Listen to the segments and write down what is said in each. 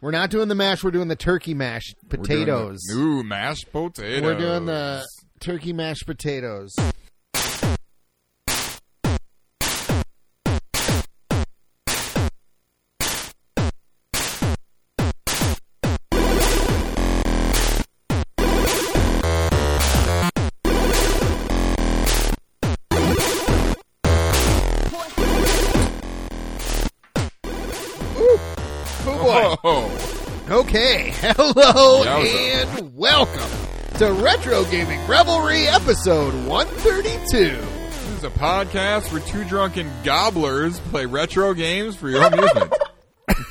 We're not doing the mash. We're doing the turkey mashed We're doing the- potatoes. Ooh, mashed potatoes. We're doing the turkey mashed potatoes. Oh, Okay, hello Yowza. and welcome to Retro Gaming Revelry episode 132. this is a podcast where two drunken gobblers play retro games for your amusement.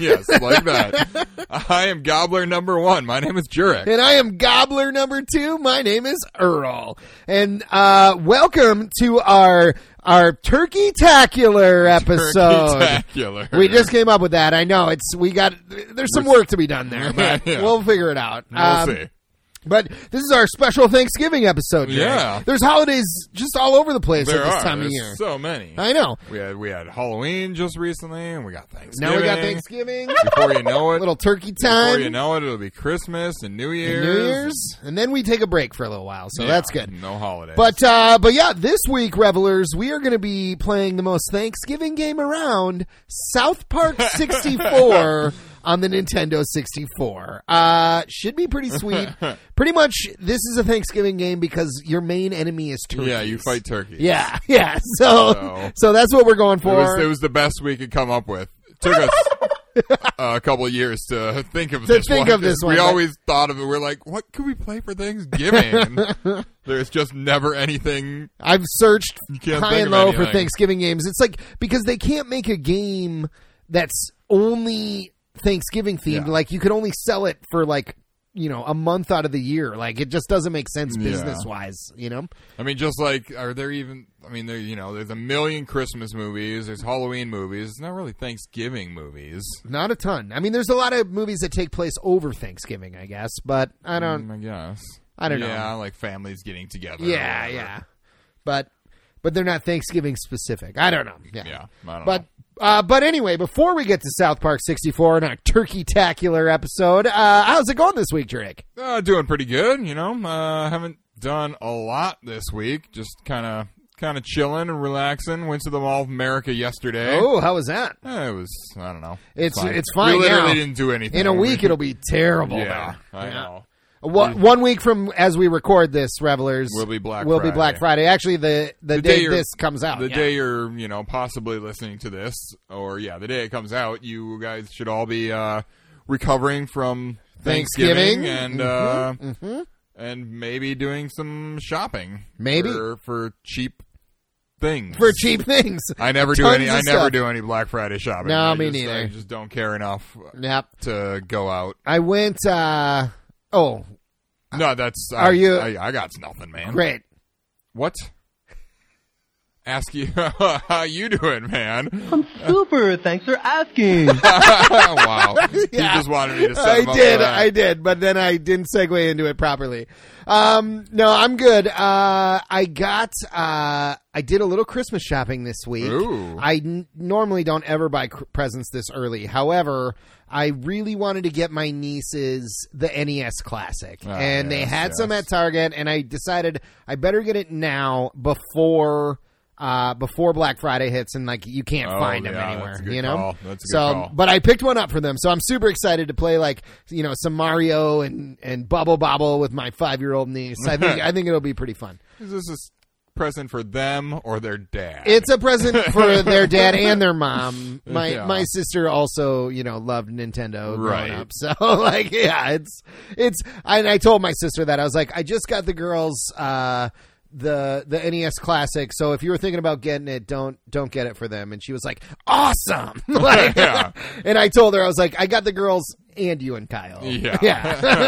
yes, like that. I am gobbler number one. My name is Jurek. And I am Gobbler number two. My name is Earl. And uh, welcome to our our Turkey Tacular episode. Spectacular. We just came up with that. I know it's we got there's some work to be done there. Yeah. but We'll figure it out. We'll Um, see. But this is our special Thanksgiving episode. Jay. Yeah. There's holidays just all over the place There at this are time of There's year. so many. I know. We had we had Halloween just recently, and we got Thanksgiving. Now we got Thanksgiving, Before you know it, little turkey before time, you know it, it'll be Christmas and New Year's. New Year's, and then we take a break for a little while. So Yeah, that's good. No holidays. But uh, but yeah, this week, revelers, we are going to be playing the most Thanksgiving game around, South Park 64 on the Nintendo 64. Uh, should be pretty sweet. pretty much, this is a Thanksgiving game because your main enemy is turkeys. yeah, you fight turkey. Yeah, yeah. So so, So- that's what we're going It for. was, it was the best we could come up with. It took us uh, a couple of years to think of To this think one. of this We one, but- always thought of it. We're like, what could we play for Thanksgiving? And There's just never anything. I've searched can't high and think of low for anything. Thanksgiving games. It's like because they can't make a game that's only Thanksgiving themed. Yeah. Like you could only sell it for like you know a month out of the year. Like it just doesn't make sense Yeah. business wise. You know. I mean, just like, are there even? I mean, there you know, there's a million Christmas movies. There's Halloween movies. It's not really Thanksgiving movies. Not a ton. I mean, there's a lot of movies that take place over Thanksgiving, I guess, but I don't. Mm, I guess. Um, I don't know. Yeah, like families getting together. or yeah, whatever. yeah, but but they're not Thanksgiving specific. I don't know. Yeah, I don't But know. uh, but anyway, before we get to South Park 64 and our turkey tacular episode, uh, how's it going this week, Drake? Uh, doing pretty good, you know. Uh, haven't done a lot this week. Just kind of, kind of chilling and relaxing. Went to the Mall of America yesterday. Oh, how was that? Eh, it was, I don't know. It's- it's fine We literally now. didn't do anything. In a week, We- it'll be terrible. yeah, though. I Yeah. know. One, one week from as we record this, revelers Will be Black will be Friday. Black Friday. Actually, the the, The day day, you're- this comes out, The Oh, yeah. day you're, you know, possibly listening to this, or yeah, the day it comes out, you guys should all be uh, recovering from Thanksgiving, Thanksgiving. Mm-hmm, and uh, and maybe doing some shopping, Maybe. for, for cheap things for cheap things. I never do Tons any. of I never stuff. do any Black Friday shopping. No, I me just, neither. I just don't care enough Yep. to go out. I went. uh Oh, No, that's. I, Are you- I, I got nothing, man. great. What? Ask you how you doing, man? Super, thanks for asking. wow, you Yeah. just wanted me to. Set I him up did, for that. I did, but then I didn't segue into it properly. Um, no, I'm good. Uh, I got, uh, I did a little Christmas shopping this week. Ooh. I n- normally don't ever buy cr- presents this early. However, I really wanted to get my nieces the NES Classic, Ah, and they yes, had yes. some at Target, and I decided I better get it now before. Uh, before Black Friday hits, and like you can't Oh, find them yeah, anywhere, that's a good you know. call. That's a good so, call. but I picked one up for them, so I'm super excited to play like you know some Mario and and Bubble Bobble with my five year old niece. I think I think it'll be pretty fun. Is this a present for them or their dad? It's a present for their dad and their mom. My Yeah. my sister also you know loved Nintendo growing Right. up, so like yeah, it's it's. And I told my sister that I was like, I just got the girls. uh the the NES classic. So if you were thinking about getting it, don't don't get it for them. And she was like, "Awesome!" Like, Yeah. And I told her I was like, "I got the girls and you and Kyle." Yeah.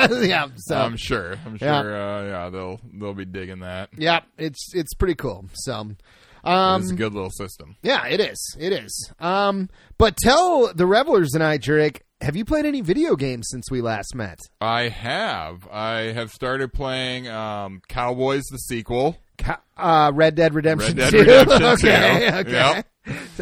yeah, Um, yeah. So I'm sure. I'm sure. uh, Yeah. Uh, yeah, they'll they'll be digging that. yeah, it's it's pretty cool. So, it's um, a good little system. yeah, it is, it is. Um, but tell the revelers tonight, Jurek, have you played any video games since we last met? I have. I have started playing um, Cowboys the sequel. Ca- Uh, Red Dead Redemption Red Dead 2. Redemption okay, 2. okay. Yep.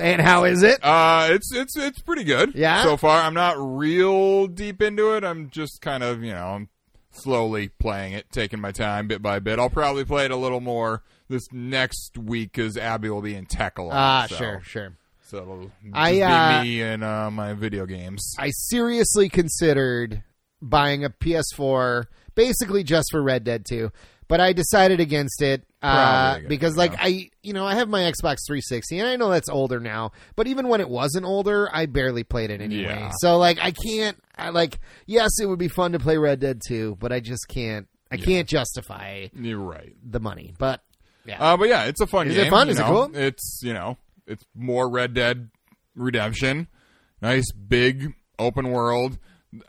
And how is it? Uh, it's it's it's pretty good. Yeah? So far, I'm not real deep into it. I'm just kind of you know I'm slowly playing it, taking my time bit by bit. I'll probably play it a little more this next week because Abby will be in tech a lot. Ah, so, sure, sure. So it'll just I, be uh, me and uh, my video games. I seriously considered buying a PS4 basically just for Red Dead 2, but I decided against it Probably uh, good, because, like, I you know I have my Xbox 360, and I know that's older now, but even when it wasn't older, I barely played it anyway. Yeah. So like, I can't. I like, yes, it would be fun to play Red Dead 2, but I just can't. I can't justify You're right. the money, but. Yeah. Uh, but yeah, it's a fun Is it game. fun? you Is it know. cool? It's you know, it's more Red Dead Redemption. Nice big open world.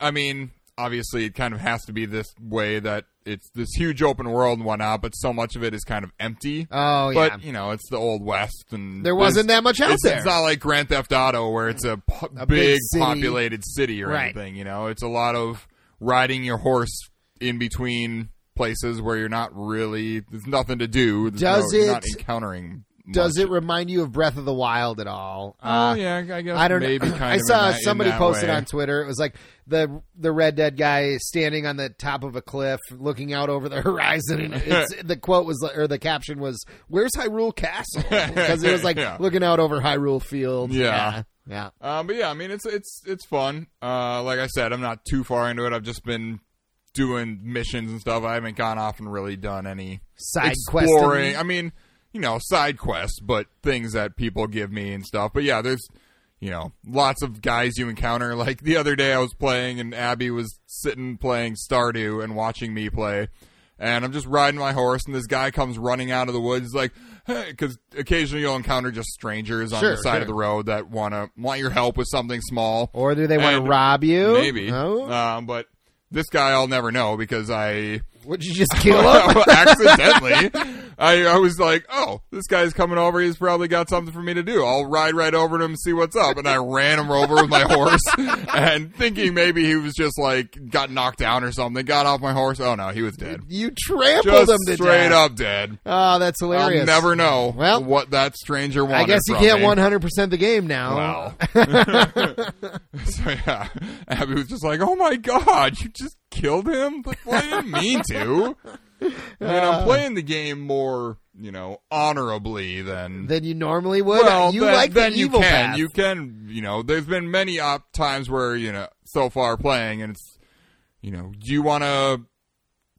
I mean, obviously, it kind of has to be this way that it's this huge open world and whatnot, but so much of it is kind of empty. Oh, yeah. But you know, it's the old west, and There wasn't there's- that much out it's, there. It's not like Grand Theft Auto where it's a, po- A big big, city. populated city or Right. anything. You know, it's a lot of riding your horse in between places where you're not really there's nothing to do. There's Does no- you're not it- encountering? Does much. it remind you of Breath of the Wild at all? oh yeah, I guess I don't maybe know. Kind I of in saw that- in somebody that posted way. on Twitter. It was like the the Red Dead guy standing on the top of a cliff, looking out over the horizon, and it's, the quote was or the caption was, "Where's Hyrule Castle?" Because it was like Yeah. looking out over Hyrule Field. Yeah. yeah, Um, but yeah, I mean it's it's it's fun. Uh, like I said, I'm not too far into it. I've just been doing missions and stuff. I haven't gone off and really done any Side questing. exploring. I mean, you know, side quests, but things that people give me and stuff. But yeah, there's you know lots of guys you encounter. Like the other day, I was playing and Abby was sitting playing Stardew and watching me play. And I'm just riding my horse, and this guy comes running out of the woods, like, because occasionally you'll encounter just strangers on Sure, the side sure. of the road that want to want your help with something small. Or do they want to And rob you? Oh. Maybe. No? Um, but this guy I'll never know because I Would you just kill him? well, accidentally. I, I was like, oh, this guy's coming over. He's probably got something for me to do. I'll ride right over to him and see what's up. And I ran him over with my horse and thinking maybe he was just like got knocked down or something. Got off my horse. Oh, no, he was dead. you trampled Just him to straight death. up dead. Oh, that's hilarious. I'll never know Well, what that stranger wanted. I guess you from can't me. 100 percent the game now. Wow. so yeah, Abby was just like, "Oh my god, you just killed him!" Like, well, I didn't mean to. I mean, I'm playing the game more, you know, honorably than. Than you normally would. well, you then, like then the you evil can. path. You can. You know, there's been many op- times where you know so far playing, and it's, you know, do you want to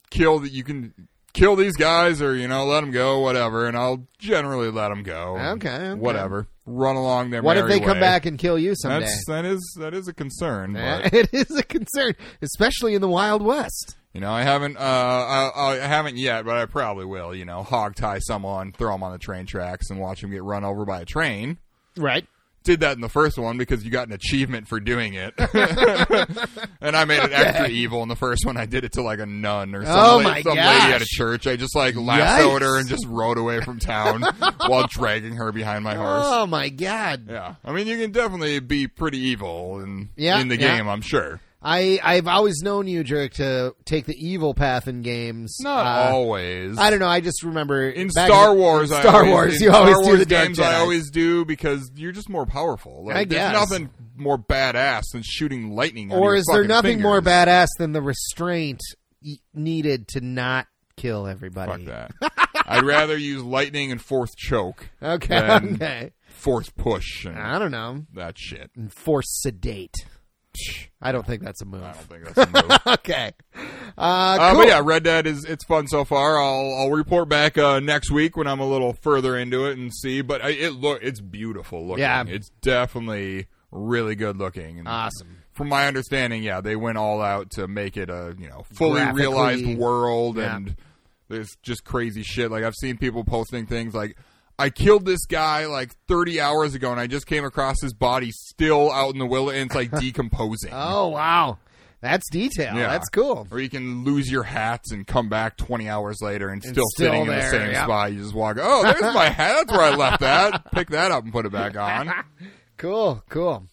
kill that? You can kill these guys, or you know, let them go, whatever. And I'll generally let them go. Okay, okay. Whatever. Run along their What if merry they come way. back and kill you someday? That's that is that is a concern, Eh, but it is a concern, especially in the Wild West. you know I haven't uh I, I haven't yet, but I probably will. You know, hog tie someone, throw them on the train tracks, and watch them get run over by a train. Right. Did that in the first one because you got an achievement for doing it, and I made it extra evil in the first one. I did it to like a nun or some, Oh la- my some lady at a gosh. church. I just like lassoed her Yikes. and just rode away from town while dragging her behind my horse. Oh my God! Yeah, I mean you can definitely be pretty evil in Yeah, in the yeah. game. I'm sure. I I've always known you, Jerk, to take the evil path in games. Not Uh, always. I don't know. I just remember in back Star in the- Wars, I Star always, Wars. in You Star always do Wars the Dark games. Jedi. I always do because you're just more powerful. Like, I guess. There's nothing more badass than shooting lightning. out of Or your is there fucking nothing fingers. more badass than the restraint e- needed to not kill everybody? Fuck that. I'd rather use lightning and force choke, Okay. Then- Okay. force push, and I don't know. that shit. Force sedate. Psh, I don't think that's a move. I don't think that's a move. okay. Uh, Uh, cool. But yeah, Red Dead is it's fun so far. I'll I'll report back uh, next week when I'm a little further into it and see. But I, it look it's beautiful looking. Yeah. it's definitely really good looking. And Awesome. From my understanding, yeah, they went all out to make it a you know fully Graphically. realized world Yeah. and there's just crazy shit. Like I've seen people posting things like. I killed this guy like 30 hours ago, and I just came across his body still out in the willow, and it's like decomposing. Oh wow, that's detail. Yeah. Oh, That's cool. Or you can lose your hats and come back 20 hours later and, And still, still sitting in the there, same yep. spot. You just walk, oh, there's my hat. That's where I left that. Pick that up and put it back on. Cool, cool.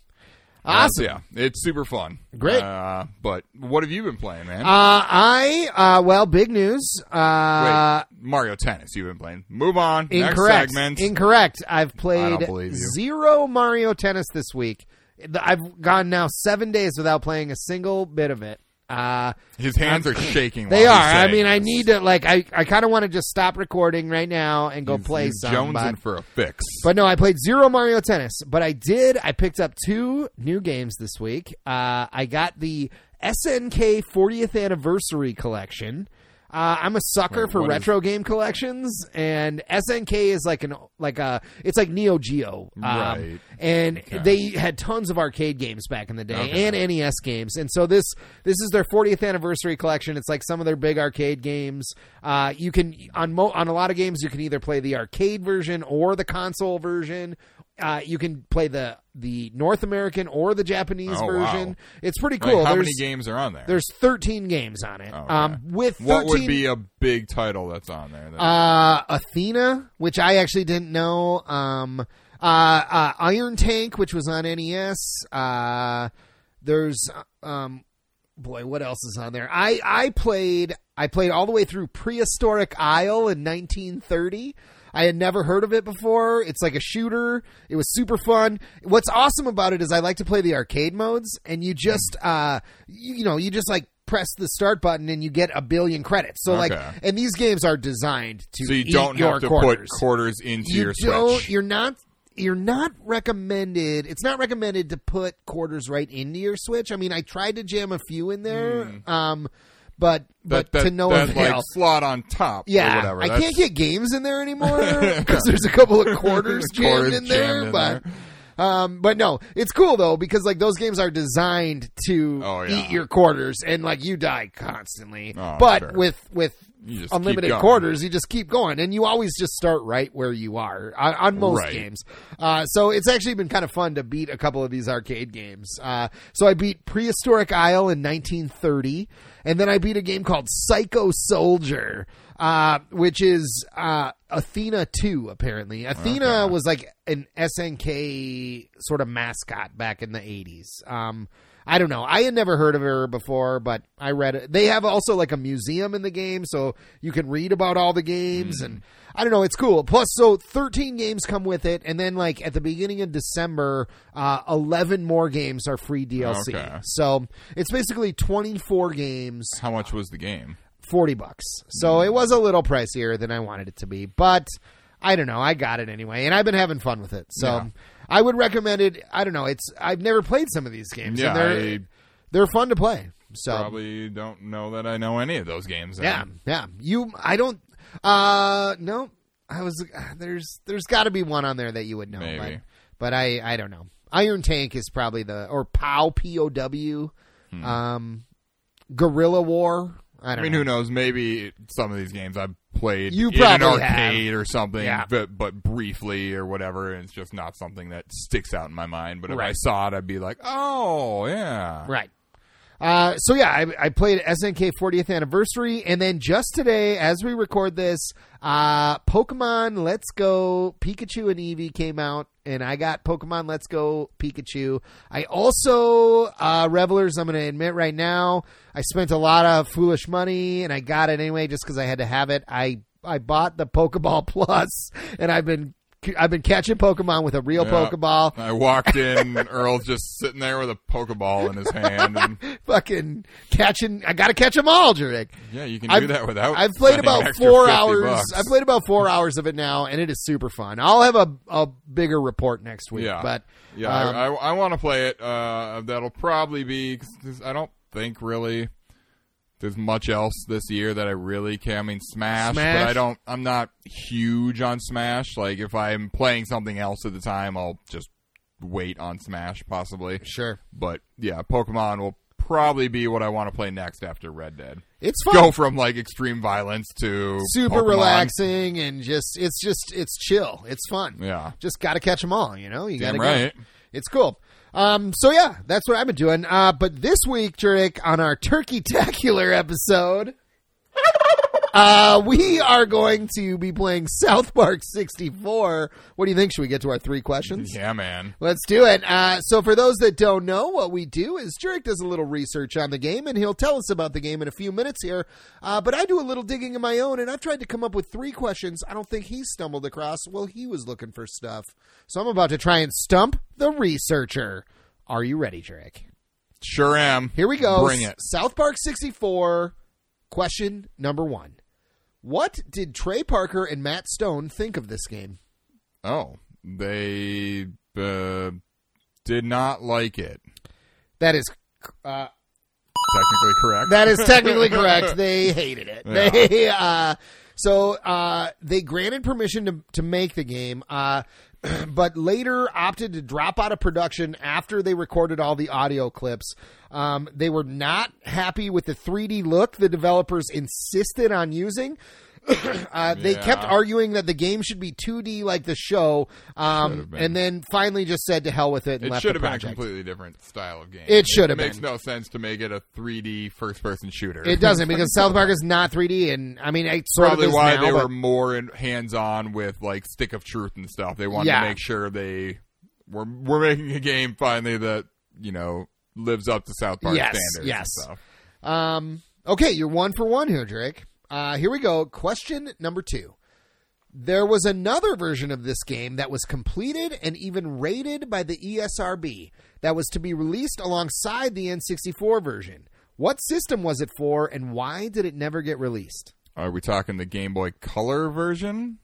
Awesome. yeah, it's super fun. Great. Uh, but what have you been playing, man? Uh, I uh, well, big news. Uh, Wait, Mario Tennis. You've been playing. Move on. incorrect. Next segment. Incorrect. I've don't played believe you. zero Mario Tennis this week. The- I've gone now seven days without playing a single bit of it. Uh, His hands are shaking. they are. while he's I saying mean, I this. need to like. I, I kind of want to just stop recording right now and go He's- play he's some. but- Jonesing for a fix. But no, I played zero Mario Tennis. But I did. I picked up two new games this week. Uh, I got the SNK 40th Anniversary Collection. Uh, I'm a sucker Wait, for what is- retro game collections, and SNK is like an like a it's like Neo Geo, um, Right. and Okay. they had tons of arcade games back in the day Oh, Okay. and NES games. And so this this is their 40th anniversary collection. It's like some of their big arcade games. Uh, you can on mo- on a lot of games you can either play the arcade version or the console version. Uh, you can play the the North American or the Japanese Oh, wow. version. It's pretty Like, cool. how there's many games are on there? there's 13 games on it. Okay. Um, with 13 What would be a big title that's on there? that- uh, Athena, which I actually didn't know. Um, uh, uh, Iron Tank, which was on NES. Uh, there's, um, boy, what else is on there? I I played I played all the way through Prehistoric Isle in 1930. I had never heard of it before. It's like a shooter. It was super fun. What's awesome about it is I like to play the arcade modes, and you just uh, you, you know you just like press the start button and you get a billion credits. So like Okay. and these games are designed to so you eat don't your have to quarters. put quarters into you your don't. Switch. You're not. You're not recommended. It's not recommended to put quarters right into your Switch. I mean, I tried to jam a few in there, um, but but Hmm. that, that, to no that, avail. like slot on top. or yeah, whatever. I That's- can't get games in there anymore because there's a couple of quarters jammed Quarters in there. jammed in but Um, but no, it's cool though because like those games are designed to Oh, yeah. eat your quarters and like you die constantly. Oh, but sure. with with You just keep unlimited going. quarters, you just keep going, and you always just start right where you are on, on most Right. games. Uh, so it's actually been kind of fun to beat a couple of these arcade games. Uh, so I beat Prehistoric Isle in 1930, and then I beat a game called Psycho Soldier, uh, which is uh, Athena 2. Apparently, Athena was like an SNK sort of mascot back in the 80s. Um, I don't know. I had never heard of her before, but I read it. They have also like a museum in the game, so you can read about all the games and I don't know, it's cool. Plus so 13 games come with it and then like at the beginning of December, uh 11 more games are free DLC. Okay. So, it's basically 24 games, How much was the game? 40 bucks. So, it was a little pricier than I wanted it to be, but I don't know, I got it anyway and I've been having fun with it. So, Yeah. I would recommend it. I don't know, it's I've never played some of these games Yeah, and they're I they're fun to play. So probably don't know that I know any of those games. Um, yeah, then. yeah. You, I don't. Uh, no. I was there's there's got to be one on there that you would know, Maybe. but but I I don't know. Iron Tank is probably the or POW P O W, um, Guerrilla War. I Hmm. I don't mean, know. who knows? Maybe some of these games I've played You in an probably have. arcade or something, Yeah. but, but briefly or whatever. And it's just not something that sticks out in my mind. But if I Right. saw it, I'd be like, oh, yeah. Right. Uh, so yeah, I, I played SNK 40th anniversary, and then just today, as we record this, uh, Pokemon Let's Go Pikachu and Eevee came out, and I got Pokemon Let's Go Pikachu. I also uh, revelers. I'm going to admit right now, I spent a lot of foolish money, and I got it anyway just because I had to have it. I I bought the Pokeball Plus, and I've been I've been catching Pokemon with a real Yeah. Pokeball. I walked in, Earl's just sitting there with a Pokeball in his hand. And, fucking catching. I gotta catch them all, Jurek. yeah, you can do I've- that without. I've played spending an about extra four 50 hours. bucks. I've played about four hours of it now, and it is super fun. I'll have a, a bigger report next week, Yeah. but Yeah, um, I, I, I want to play it. Uh, that'll probably be. 'cause I don't think really there's much else this year that I really can. I mean, Smash, Smash? but I don't. I'm not huge on Smash. Like if I'm playing something else at the time, I'll just wait on Smash possibly. sure, But yeah, Pokemon will probably be what I want to play next after Red Dead. it's fun. Go from like extreme violence to super Pokemon. relaxing and just it's just it's chill. It's fun. Yeah. just gotta catch them all. You know, you Damn gotta right. go. It's cool. Um, so yeah, that's what I've been doing. Uh, but this week, Jurek, on our Turkey Tacular episode, Uh, we are going to be playing South Park 64. What do you think? Should we get to our three questions? Yeah, man. Let's do it. Uh, so, for those that don't know, what we do is Jurek does a little research on the game, and he'll tell us about the game in a few minutes here. Uh, but I do a little digging of my own, and I've tried to come up with three questions I don't think he stumbled across while he was looking for stuff. So, I'm about to try and stump the researcher. Are you ready, Jurek? Sure am. Here we go. Bring it. South Park 64, question number one. What did Trey Parker and Matt Stone think of this game? Oh, they uh, did not like it. That is uh, Technically correct. That is technically correct. They hated it. They uh, so uh, they granted permission to to make the game, uh, but later opted to drop out of production after they recorded all the audio clips. Um, they were not happy with the 3D look the developers insisted on using. Uh, they Yeah. kept arguing that the game should be 2D like the show, um, Should've been. and then finally just said to hell with it and it left should the have been a project. completely different style of game. It should have It makes been. no sense to make it a 3D first-person shooter. It doesn't because South Park is not 3D, and I mean it's sort probably of is why now, they but- were more in, hands-on with like Stick of Truth and stuff. They wanted Yeah. to make sure they were we're making a game finally that you know lives up to South Park Yes, standards. and yes. stuff. Um, okay, you're one for one here, Drake. Uh, here we go. Question number two. There was another version of this game that was completed and even rated by the E ESRB that was to be released alongside the N64 version. What system was it for, and why did it never get released? Are we talking the Game Boy Color version?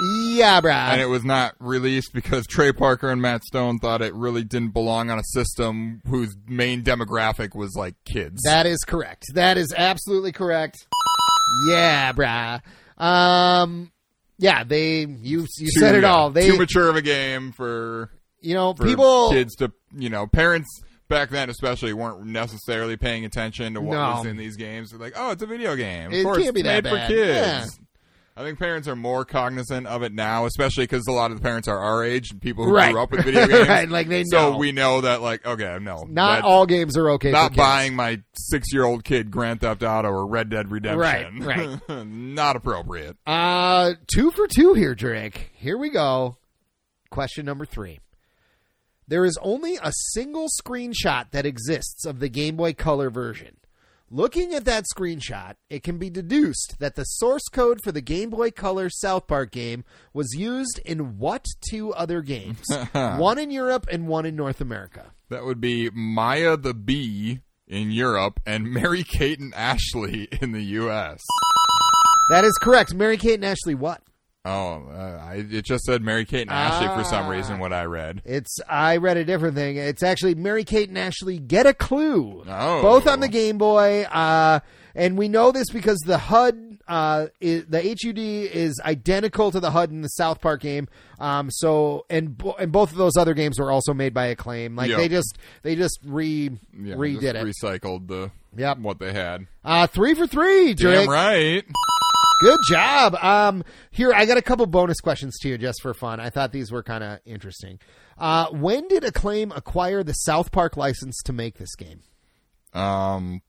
Yeah, and Brad. it was not released because Trey Parker and Matt Stone thought it really didn't belong on a system whose main demographic was like kids. That is correct. That is absolutely correct. Yeah, brah. Um, yeah, they you you Too- said it yeah, all. They too mature of a game for, you know for people kids to you know parents back then especially weren't necessarily paying attention to what No. was in these games. They're like, oh, it's a video game. Of It course, can't it's be that made bad. for kids. Yeah. I think parents are more cognizant of it now, especially because a lot of the parents are our age and people who Right. grew up with video games. Right, like they so know. we know that, like, okay, no, Not that's- all games are okay. not for kids. buying my six year old kid Grand Theft Auto or Red Dead Redemption. Right, right. not appropriate. Uh, two for two here, Drake. Here we go. Question number three. There is only a single screenshot that exists of the Game Boy Color version. Looking at that screenshot, it can be deduced that the source code for the Game Boy Color South Park game was used in what two other games? one in Europe and one in North America. That would be Maya the Bee in Europe and Mary Kate and Ashley in the U.S. That is correct. Mary Kate and Ashley, what? Oh, uh, I, it just said Mary Kate and Ashley for Ah. some reason. What I read. It's I read a different thing. It's actually Mary Kate and Ashley get a clue. Oh. Both on the Game Boy. Uh, and we know this because the HUD, uh, is, the HUD is identical to the HUD in the South Park game. Um, so and bo- and both of those other games were also made by Acclaim. Like Yep. they just they just re Yeah, redid just it. Recycled the Yep. what they had. uh, three for three, Drake. Damn right. Good job. Um, here I got a couple bonus questions to you just for fun. I thought these were kind of interesting. Uh, when did Acclaim acquire the South Park license to make this game? Um,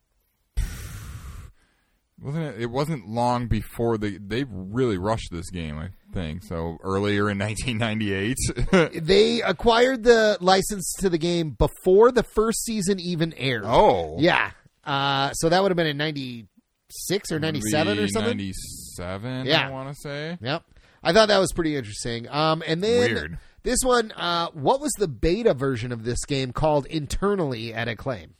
wasn't it? It wasn't long before they they really rushed this game. I think so. Earlier in 1998. They acquired the license to the game before the first season even aired. oh, yeah. Uh, so that would have been in '96 or '97 or something. 97. Yeah. I want to say. Yep. I thought that was pretty interesting. Um, and then Weird. this one, uh, what was the beta version of this game called internally at Acclaim?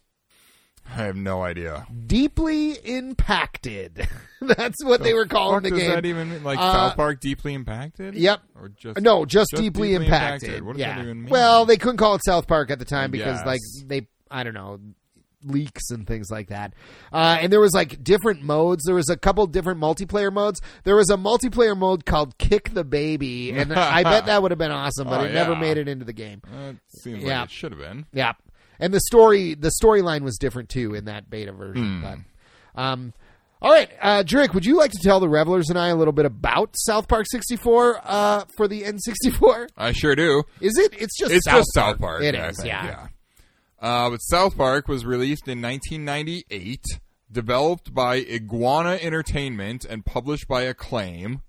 I have no idea. deeply impacted. That's what they were calling Fuck the does game. that even mean? like Uh, South Park deeply impacted? Yep. Or just no, just, deeply, impacted. What does yeah. that even mean? Well, they couldn't call it South Park at the time because Yes. like they I don't know leaks and things like that. Uh, and there was like different modes. There was a couple different multiplayer modes. There was a multiplayer mode called Kick the Baby and I bet that would have been awesome, but Oh, it never yeah. made it into the game. Uh, it seems Yeah. like it should have been. Yeah. And the story the storyline was different too in that beta version. Hmm. But um all right, uh Drake, would you like to tell the revelers and I a little bit about South Park 64 uh for the N64? I sure do. Is it it's just It's South just South Park. It I is, think, yeah. Uh, but South Park was released in 1998. Developed by Iguana Entertainment and published by Acclaim.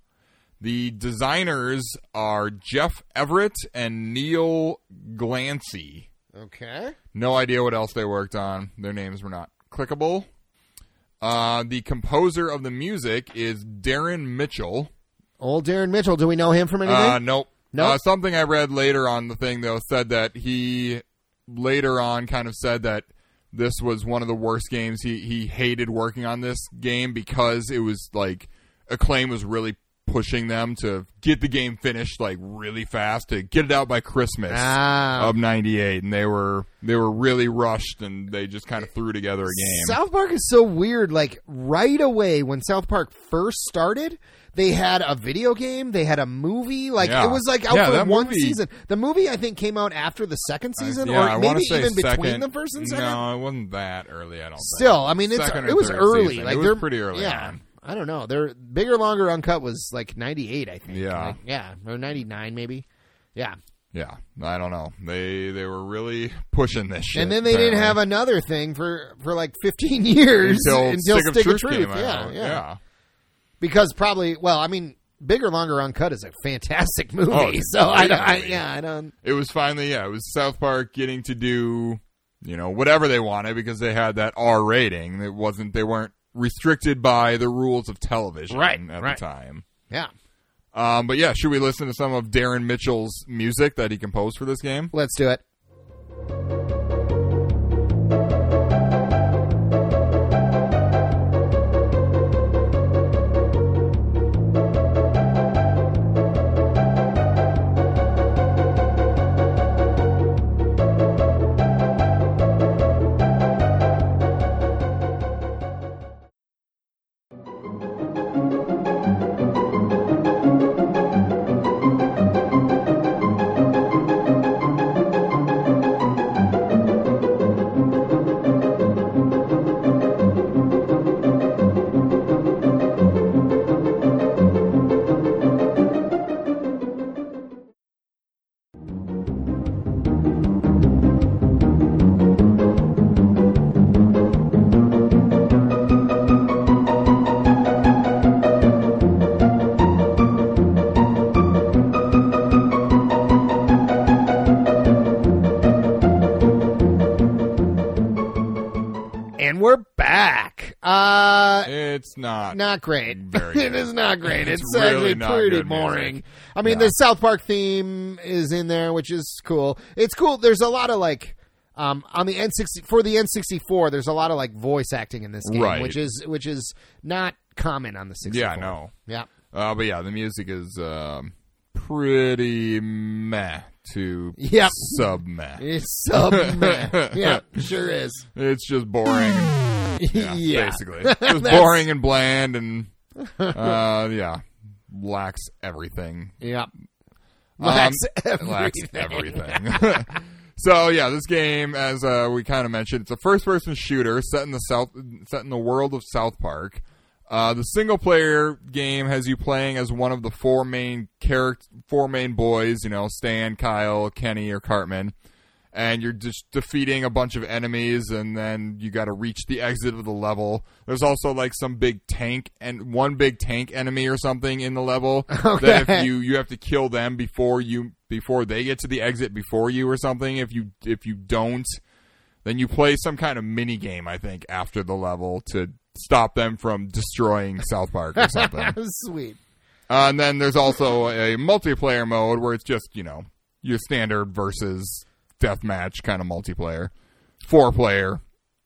The designers are Jeff Everett and Neil Glancy. Okay. No idea what else they worked on. Their names were not clickable. Uh, the composer of the music is Darren Mitchell. Old Darren Mitchell. Do we know him from anything? Uh, nope. Nope. Uh, something I read later on the thing though said that he later on kind of said that this was one of the worst games. He he hated working on this game because it was like acclaim was really pushing them to get the game finished like really fast to get it out by Christmas Ah. of '98, and they were they were really rushed and they just kind of threw together a game. South Park is so weird. Like right away when South Park first started, they had a video game, they had a movie. Like Yeah. it was like out Yeah, for that one movie- season. The movie I think came out after the second season, yeah, I or wanna maybe say even second. between the first and second. No, it wasn't that early. I don't. Still, I mean, it's Second or it was third early. season. Like It was they're pretty early Yeah, on. I don't know. Their bigger, longer uncut was like ninety eight, I think. Yeah. Like, yeah, or ninety nine maybe. Yeah, Yeah, I don't know. They they were really pushing this shit. and then they didn't have apparently. another thing for for like fifteen years until, Stick, of Truth, came Yeah, out. yeah, because probably well, I mean, bigger, longer uncut is a fantastic movie. Oh, it's so I a great don't. I, movie. yeah, I don't. It was finally yeah, it was South Park getting to do you know whatever they wanted because they had that R rating. It wasn't they weren't restricted by the rules of television Right, at right. the time. Yeah, Um, but yeah, should we listen to some of Darren Mitchell's music that he composed for this game? let's do it. And we're back. Uh, It's not. not great. Very it good. is not great. It's, It's really actually not pretty good music. boring. I mean, Yeah. the South Park theme is in there, which is cool. It's cool. There's a lot of like um, on the N sixty for the N sixty four. There's a lot of like voice acting in this game, Right. which is which is not common on the sixty four. Yeah, no. Yeah. Uh, but yeah, the music is um, pretty meh to Yep. sub meh. It's so meh. yeah, sure is. It's just boring. Yeah, Yeah, basically. Just boring and bland and uh, yeah, lacks everything. Yeah, Um, lacks everything. lacks everything. so yeah, this game, as uh, we kind of mentioned, it's a first-person shooter set in the south, set in the world of South Park. Uh, the single-player game has you playing as one of the four main character, four main boys. You know, Stan, Kyle, Kenny, or Cartman. And you're just defeating a bunch of enemies, and then you got to reach the exit of the level. There's also like some big tank and one big tank enemy or something in the level that Okay. if you you you have to kill them before you before they get to the exit before you or something if you if you don't then you play some kind of mini game i think after the level to stop them from destroying south park or something uh, Sweet. and then there's also a multiplayer mode where it's just you know your standard versus deathmatch kind of multiplayer four player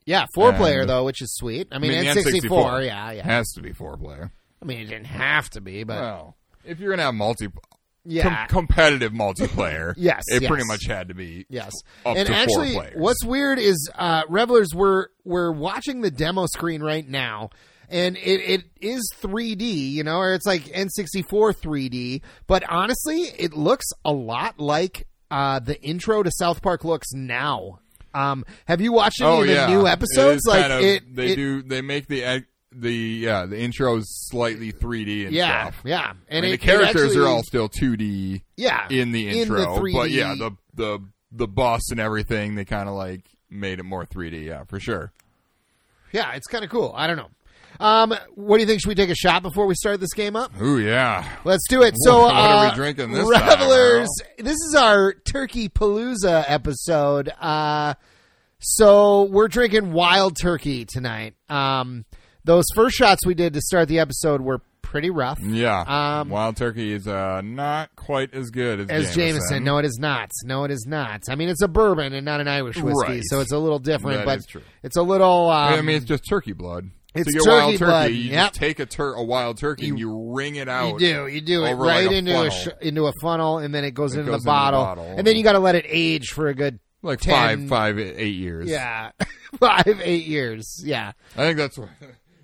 Yeah, four And- player though, which is sweet. I mean, N sixty four. Yeah, yeah. has to be four player I mean, it didn't have to be, but well if you're gonna have multi yeah, com- competitive multiplayer Yes, it yes. pretty much had to be yes. up and to four actually, players. what's weird is uh, revelers. We're we're watching the demo screen right now, and it, it is 3D, you know, or it's like N64 3D. But honestly, it looks a lot like uh, the intro to South Park looks now. Um, have you watched any of the new episodes? is like Oh, kind of- it, they it- do. They make the ec- the yeah the intro is slightly 3D and yeah, stuff. yeah, I and mean, it- the characters it actually- are all still 2D yeah in the in intro, 3D. but yeah, the the the boss and everything they kind of like made it more 3D. Yeah, for sure. yeah, it's kind of cool. I don't know. Um, what do you think? Should we take a shot before we start this game up? Ooh, yeah. Let's do it. So, What are we uh, drinking this time, revelers? this is our Turkey Palooza episode. Uh, so we're drinking wild turkey tonight. Um, those first shots we did to start the episode were pretty rough. Yeah. Um, Wild Turkey is uh, not quite as good as, As Jameson, no, it is not. No, it is not. I mean, it's a bourbon and not an Irish whiskey, Right. so it's a little different. That but is true. it's a little. Um, I mean, it's just turkey blood. It's so you get turkey wild turkey. blood, You yep. just take a tur- a wild turkey and you wring it out. You do. You do it over like right a into a funnel. sh- into a funnel, and then it goes into goes the into the bottle, bottle. and then you got to let it age for a good like 10 five, five, eight years. yeah, five eight years. Yeah, I think that's what.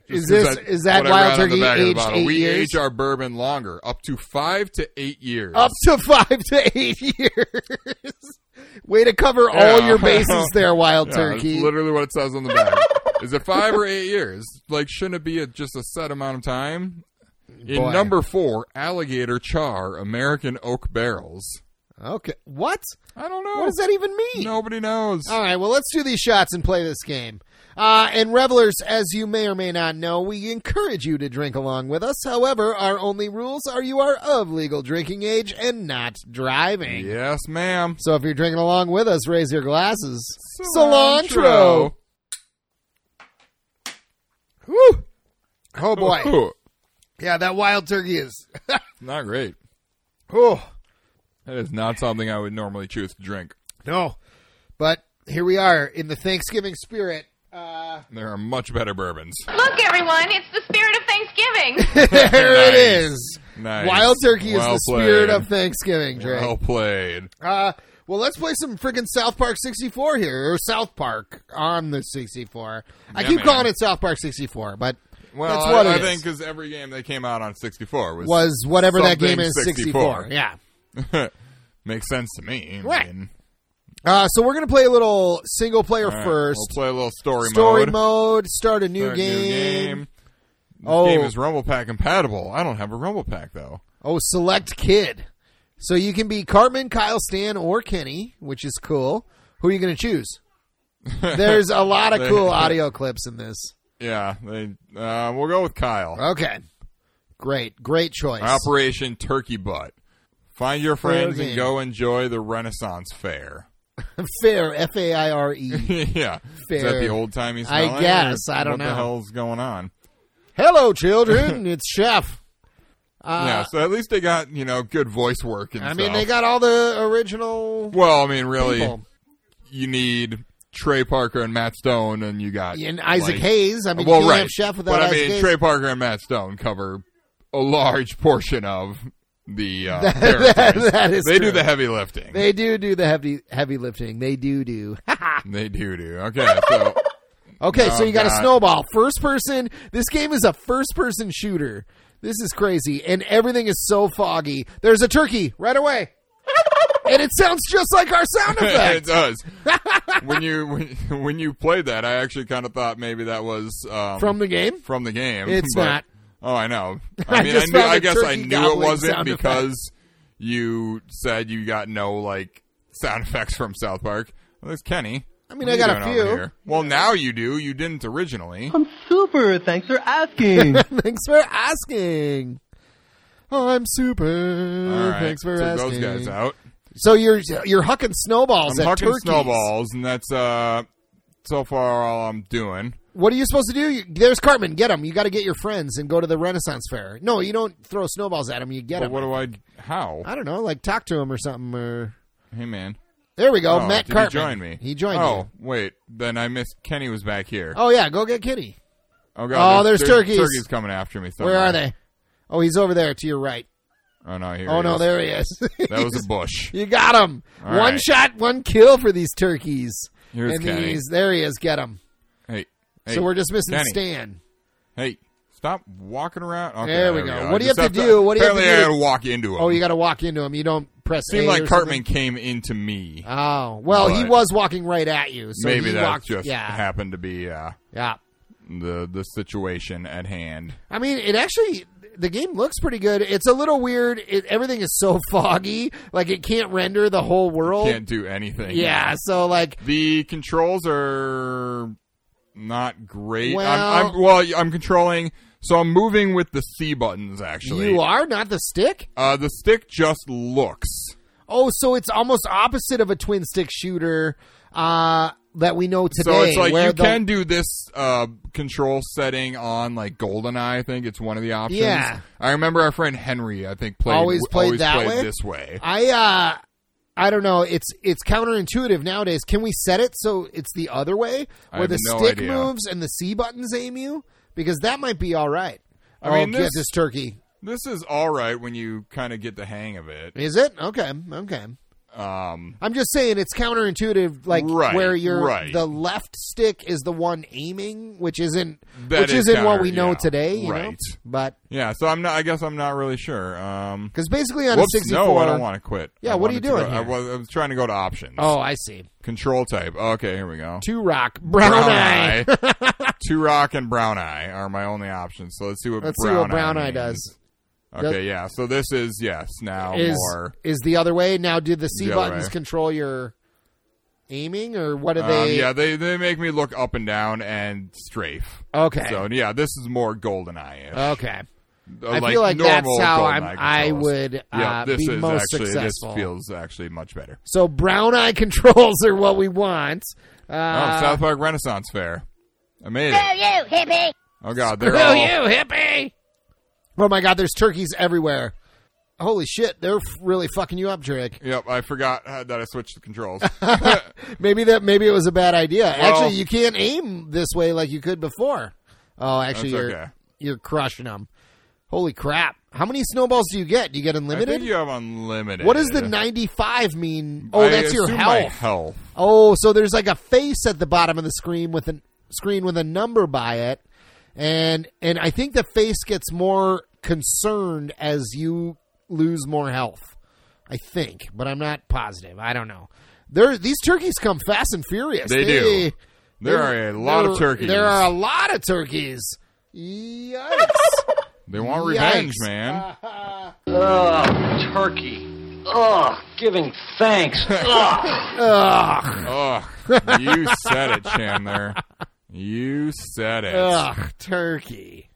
Is just this- 'cause is that what I Wild read on the Turkey back of the aged bottle. eight we years? age our bourbon longer, up to five to eight years. up to five to eight years. Way to cover all Yeah. your bases there, Wild Yeah, that's Turkey. literally what it says on the back. is it five or eight years? Like, shouldn't it be a, just a set amount of time? In Boy. number four, alligator char, American oak barrels. Okay, what? I don't know. What does that even mean? Oh. Nobody knows. All right, well, let's do these shots and play this game. Uh, and revelers, as you may or may not know, we encourage you to drink along with us. However, our only rules are you are of legal drinking age and not driving. Yes, ma'am. So if you're drinking along with us, raise your glasses. Cilantro. Woo! Oh boy, Ooh, yeah, that wild turkey is. not great. oh That is not something I would normally choose to drink. no, but here we are in the Thanksgiving spirit. Uh, There are much better bourbons. Look, everyone, it's the spirit of Thanksgiving. there it Nice. is. Nice. Wild turkey is Well the spirit played. of Thanksgiving, Drake. Well played. Uh, well, let's play some friggin' South Park 64 here, or South Park on the 64. I Yeah, keep man. calling it South Park 64, but Well, that's what I, it I is. think because every game that came out on 64 was, was whatever that something game is 64. 64. Yeah. makes sense to me. I Right. mean, Uh, so we're gonna play a little single player all right, first. we'll play a little story, Story mode. mode, start a new, Start a game. New game. This Oh. game is Rumble Pack compatible. I don't have a Rumble Pack though. Oh, select kid. So you can be Cartman, Kyle, Stan, or Kenny, which is cool. Who are you gonna choose? There's a lot of cool audio clips in this. Yeah, they, uh, we'll go with Kyle. Okay. Great, great choice. Operation Turkey Butt. Find your friends Okay. and go enjoy the Renaissance Fair. Fair, F A I R E. yeah, is Fair. that the old timey? I smelling, or guess. I don't what know. the hell's going on. Hello, children. It's Chef. yeah, Uh, so at least they got you know good voice work. And I mean, stuff. they got all the original Well, I mean, really, people. you need Trey Parker and Matt Stone, and you got And Isaac like- Hayes. I mean, you well, can't right. have Chef without but I Isaac mean, Hayes. Trey Parker and Matt Stone cover a large portion of the. Uh, that, territories. that is they true. do the heavy lifting. They do do the heavy heavy lifting. They do do. They do do. Okay, so okay, so Oh, you got a God. snowball. First person. This game is a first person shooter. This is crazy, and everything is so foggy. There's a turkey right away, and it sounds just like our sound it effect. does. when you when, when you played that, I actually kind of thought maybe that was um, From the game? From the game. It's but- not. Oh, I know. I I mean, I, just knew, found I a guess I turkey knew it gobbling wasn't sound because you said you got no like sound effects from South Park. Well, there's Kenny. I mean, What I are you got a doing few. over here? Well, now you do. You didn't originally. I'm super. Thanks for asking. Thanks for asking. I'm super. All right, Thanks for so asking. those guys out. So you're you're hucking snowballs I'm at hucking turkeys. snowballs, and that's uh so far all I'm doing. What are you supposed to do? You, there's Cartman. Get him. You got to get your friends and go to the Renaissance Fair. No, you don't throw snowballs at him. You get But him. what do I? How? I don't know. Like talk to him or something. Or Hey, man. Oh, there we go. Oh, Matt did Cartman. He joined me. He joined Oh, you. wait. Then I missed. Kenny was back here. Oh yeah, go get Kitty. Oh, Oh, there's turkeys. Turkeys coming after me. Where are somewhere. they? Oh, he's over there to your right. Oh no, here. oh he no, is. there he is. That was a bush. You got him. All one right. shot, one kill for these turkeys. Here's and Kenny. these, there he is. Get him. Hey, hey, so we're just missing Kenny. Stan. Hey, stop walking around. Okay, There we go. I What do you just have to do? What do you have to apparently do? I gotta walk into him. Oh, you got to walk into him. You don't press. seemed A like or Cartman something? came into me. Oh well, he But- was walking right at you. So Maybe he that walked, just yeah, happened to be uh, yeah. the the situation at hand. I mean, it actually the game looks pretty good. It's a little weird. It, everything is so foggy, like it can't render the whole world. Can't do anything. yeah, so like The controls are not great. Well- I'm, I'm well, I'm controlling, so I'm moving with the C buttons actually. You are not the stick. Uh, the stick just looks. Oh, so it's almost opposite of a twin stick shooter uh, that we know today. So it's like where you the- can do this uh, control setting on like GoldenEye. I think it's one of the options. Yeah. I remember our friend Henry. I think played Always played always that played way? this way. I uh I don't know. It's it's counterintuitive nowadays. Can we set it so it's the other way, I where have the no stick idea. moves and the C buttons aim you? Because that might be all right. I oh, mean, get this- this turkey. This is all right when you kind of get the hang of it. Is it okay? Okay. Um, I'm just saying it's counterintuitive, like Right, where your right. the left stick is the one aiming, which isn't That which is isn't what we counter- know yeah, today, you know. right. But yeah. So I'm not. I guess I'm not really sure. Um, because basically on whoops, a 64, no, I don't want to quit. Yeah, I what are you wanted to doing go- I here? was, I was trying to go to options. oh, I see. control type. Okay, here we go. Two rock, brown, eye. eye. Two rock and brown eye are my only options. So let's see what Let's brown see what brown eye means. does. Okay, yeah. So this is yes now is more. is the other way. Now, do the C The other buttons way. control your aiming, or what do Um, they? yeah, they they make me look up and down and strafe. Okay. So yeah, this is more golden eye. okay. I like feel like that's normal how GoldenEye I'm, I controls. would uh, yeah, this be is most actually successful. this feels actually much better. so brown eye controls are what we want. Uh, oh, South Park Renaissance Fair. I made Screw it. you, hippie! Oh god, screw they're all you, hippie! Oh my God, there's turkeys everywhere. Holy shit, they're f- really fucking you up, Drake. Yep, I forgot uh, that I switched the controls. Maybe that maybe it was a bad idea. Well- actually, you can't aim this way like you could before. Oh, actually, That's you're okay. you're crushing them. Holy crap! How many snowballs do you get? Do you get I unlimited? think you have unlimited. what does the ninety five mean? Oh, I that's your assume health. my health. Oh, so there's like a face at the bottom of the screen with an screen with a number by it, and and I think the face gets more concerned as you lose more health. I think, but I'm not positive. I don't know. There, these turkeys come fast and furious. They do. They- There are a lot there- of turkeys. There are a lot of turkeys. Yikes! They want Yikes. revenge, man. Ugh, Oh, turkey. Ugh, giving thanks. Oh. Ugh. Ugh, Ugh, you said it, Chandler. You said it. ugh, turkey.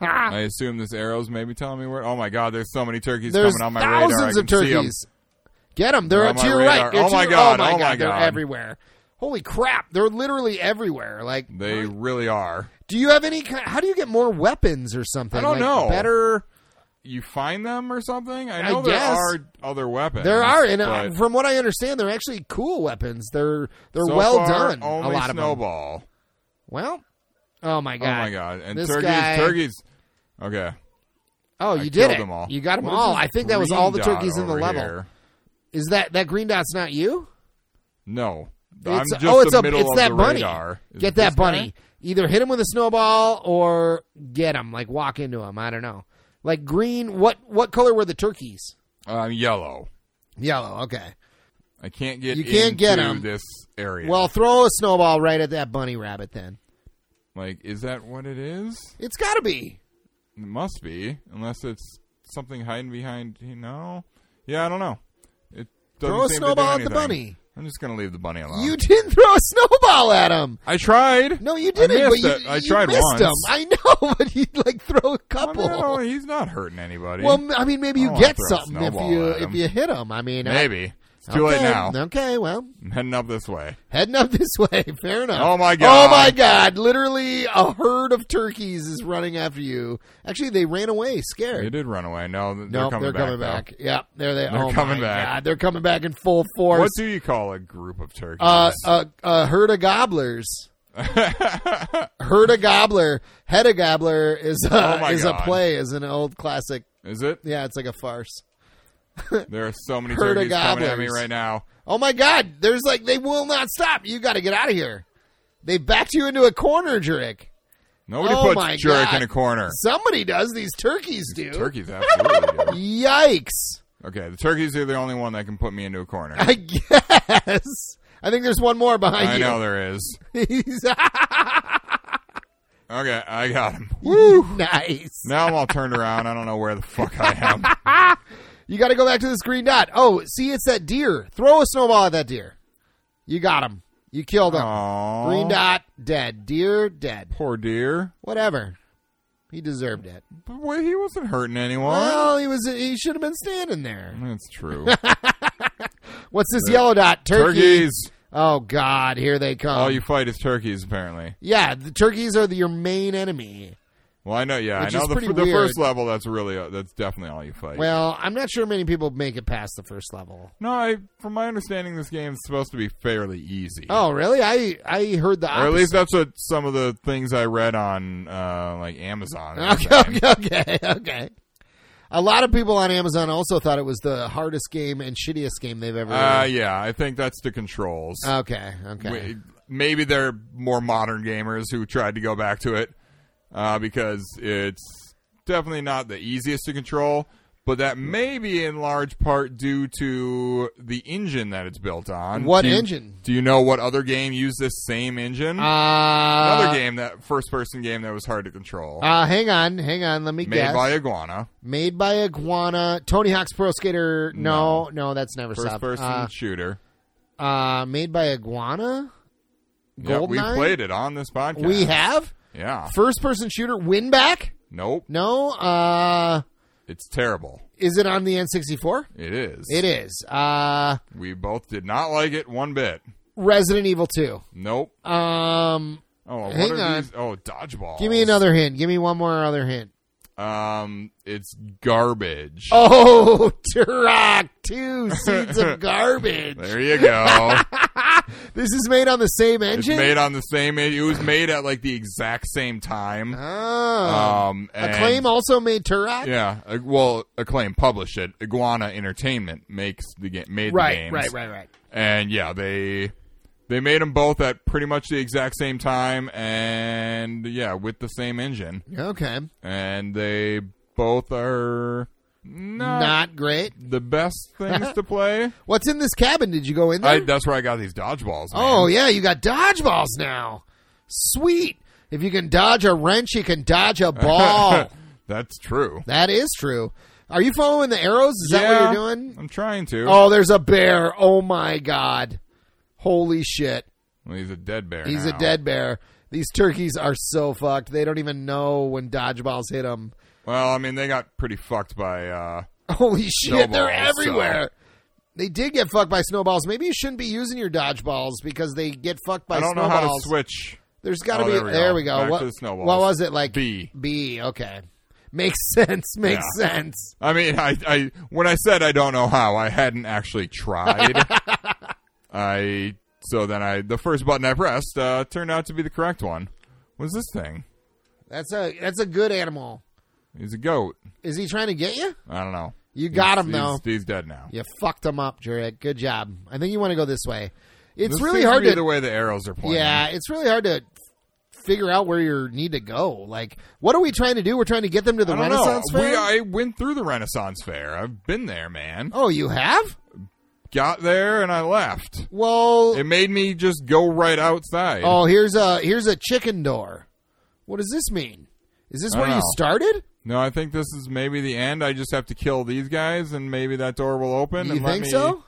I assume this arrow's maybe telling me where. Oh my God, there's so many turkeys There's coming on my radar. I thousands can of turkeys. Get them. They're, They're on to my your radar. right. They're Oh to my your- God. Oh my Oh my God. They're God. everywhere. Holy crap. They're literally everywhere. Like, See 'em. They really are. do you have any kind How do you get more weapons or something? I don't Like, know. Better. You find them or something? I know guess. there are other weapons. There are, and uh, but from what I understand, they're actually cool weapons. They're they're so well far, done. Only a lot of them. snowball. Well, oh my Oh god. my God. And This turkeys, guy- turkeys. Okay. Oh, you I did killed it. them all. You got them What is all. this I think that was all the green dot turkeys in the over level. here? Is that that green dot's not you? No. I'm It's, just oh, it's the a middle it's of that the bunny. radar. Is get it this that bunny. guy? Either hit him with a snowball or get him. Like walk into him. I don't know. Like green. What what color were the turkeys? Um, yellow. Yellow. Okay. I can't get You can't get into 'em. this area. Well, throw a snowball right at that bunny rabbit. Then like is that what it is? it's got to be. It must be, unless it's something hiding behind. You know? Yeah, I don't know. It doesn't Throw a seem to do snowball at the anything. bunny. I'm just gonna leave the bunny alone. You didn't throw a snowball at him. I tried. No, you didn't. missed but you, it. I you tried missed once. him. I know, but you like throw a I mean, I couple. don't- he's not hurting anybody. Well, I mean, maybe I you don't get wanna throw a something if snowball you at if him. you hit him. I mean, I- maybe it's too okay, late now. Okay, well, I'm heading up this way. heading up this way. Fair enough. Oh, my God. Oh my god! Literally, a herd of turkeys is running after you. Actually, they ran away, They scared. did run away. No, th- No, they're coming they're back. coming though. back. Yep, there they. They're oh coming my back. God, they're coming back in full force. What do you call a group of turkeys? uh, a, a herd of gobblers. herd of gobbler, head of gobbler is a, Oh my is God. a play, is an old classic. is it? Yeah, it's like a farce. There are so many Herd of turkeys coming at me gobblers. right now. Oh my God! There's like they will not stop. You got to get out of here. They backed you into a corner, Jerick. Nobody Oh my puts jerk God. in a corner. Somebody does. These turkeys do. Turkeys absolutely. do. Yikes! Okay, the turkeys are the only one that can put me into a corner. I guess. I think there's one more behind I you. know there is. He's- Okay, I got him. nice. Now I'm all turned around. I don't know where the fuck I am. You got to go back to this green dot. Oh, see, it's that deer. Throw a snowball at that deer. You got him. You killed him. Aw. Green dot, dead. Deer, dead. Poor dear. Whatever. He deserved it. But wait, he wasn't hurting anyone. Well, he was. He should have been standing there. That's true. What's this yellow dot? Turkey. Uh, turkeys. Oh God, here they come. All you fight is turkeys, apparently. yeah, the turkeys are the, your main enemy. Well, I know. Yeah, Which I is know. The, pretty f- the weird. first level, that's really uh, that's definitely all you fight. Well, I'm not sure many people make it past the first level. no, I, from my understanding, this game's supposed to be fairly easy. Oh, really? I I heard the Or at least opposite. that's what some of the things I read on uh, like Amazon. and everything. Okay, okay, okay, okay. A lot of people on Amazon also thought it was the hardest game and shittiest game they've ever. Uh, yeah, I think that's the controls. okay, Uh, okay. We- maybe they're more modern gamers who tried to go back to it uh, because it's definitely not the easiest to control. But that may be in large part due to the engine that it's built on. What Do you- engine? Do you know what other game used this same engine? Uh, Another game that first-person game that was hard to control, Uh, hang on, hang on. Let me made guess. by Iguana. Made by Iguana. Tony Hawk's Pro Skater. No, no, that's never stopped. First-person Uh, shooter. uh, made by Iguana. Yeah, we Goldeneye? played it on this podcast. We have Yeah. first person shooter. Winback. Nope. No. Uh, It's terrible. is it on the N64? It is. It is. Uh, We both did not like it one bit. Resident Evil 2. Nope. Um, Oh, what Hang are on. these? Oh, dodgeball. give me another hint. Give me one more other hint. Um, it's garbage. Oh, Turok 2 Seeds of Garbage. There you go. This is made on the same it's engine? made on the same. It was made at like the exact same time. oh. Um, and, Acclaim also made Turok? Yeah. uh, Well, Acclaim published it. Iguana Entertainment makes the game. Made the Right, games. right, right, right. And yeah, they they made them both at pretty much the exact same time, and yeah, with the same engine. Okay. and they both are not, Not great. the best things to play. What's in this cabin? Did you go in there? I, that's where I got these dodgeballs. man. Oh yeah, you got dodgeballs now. Sweet. If you can dodge a wrench, you can dodge a ball. that's true. that Oh, is true. Are you following the arrows? Is that Yeah, what you're doing? I'm trying to. Oh, there's a bear. Oh my god. Holy shit. Well, he's a dead bear. He's now. a dead bear. These turkeys are so fucked. They don't even know when dodgeballs hit them. Well, I mean, they got pretty fucked by. uh Holy shit, they're Snowballs, so- everywhere. They did get fucked by snowballs. Maybe you shouldn't be using your dodgeballs because they get fucked by I don't know snowballs. how to switch. There's got to Oh, be. there we There go. we go. Back what, to the snowballs. what was it like? B. B. Okay. Makes sense. Makes sense. I mean, I, I when I said I don't know how, I hadn't actually tried. I so then I the first button I pressed uh, turned out to be the correct one. What's this thing? That's a that's a good animal. He's a goat. Is he trying to get you? I don't know. You got him he's, though. He's dead now. You fucked him up, Jurek. Good job. I think you want to go this way. It's This really seems hard be to. the way the arrows are pointing. yeah, it's really hard to figure out where you need to go. Like, what are we trying to do? We're trying to get them to the I don't Renaissance know. fair. We, I went through the Renaissance fair. I've been there, man. oh, you have? Got there and I left. Well, It made me just go right outside. oh, here's a here's a chicken door. What does this mean? Is this I where don't you know. started? No, I think this is maybe the end. I just have to kill these guys, and maybe that door will open. You and let think me, so?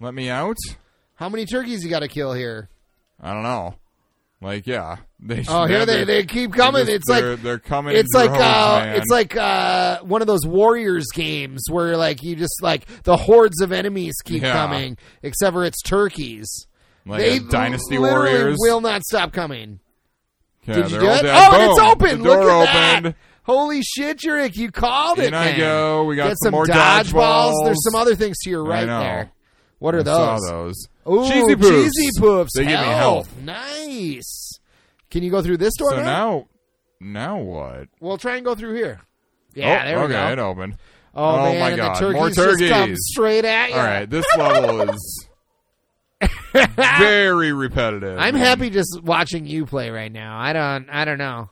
Let me out. How many turkeys you got to kill here? I don't know. Like, yeah. They Oh, here they, they're- they keep coming. they're it's just- they're, like they're coming. in it's like droves, uh, man. it's like uh, one of those warriors games where like you just like the hordes of enemies keep Yeah. coming, except for it's turkeys. Like they a Dynasty literally Warriors. will not stop coming. Yeah, Did you they're do all it? dead. Oh, Boom. and it's open. The door Look at opened. that. Holy shit, Yurik, you called it. In I man. go. We got Get some more dodgeballs. dodgeballs. There's some other things to your I right know. there. What are I those? Saw those. Ooh, cheesy poops. Cheesy poops. They give me Health. health. Nice. Can you go through this door So now, now what? We'll try and go through here. Yeah, oh, there we okay, go. it opened. Oh, Oh, man, my and God. the turkeys, More just come turkeys. straight at you. All right, this level is very repetitive. I'm happy just watching you play right now. I don't I don't know.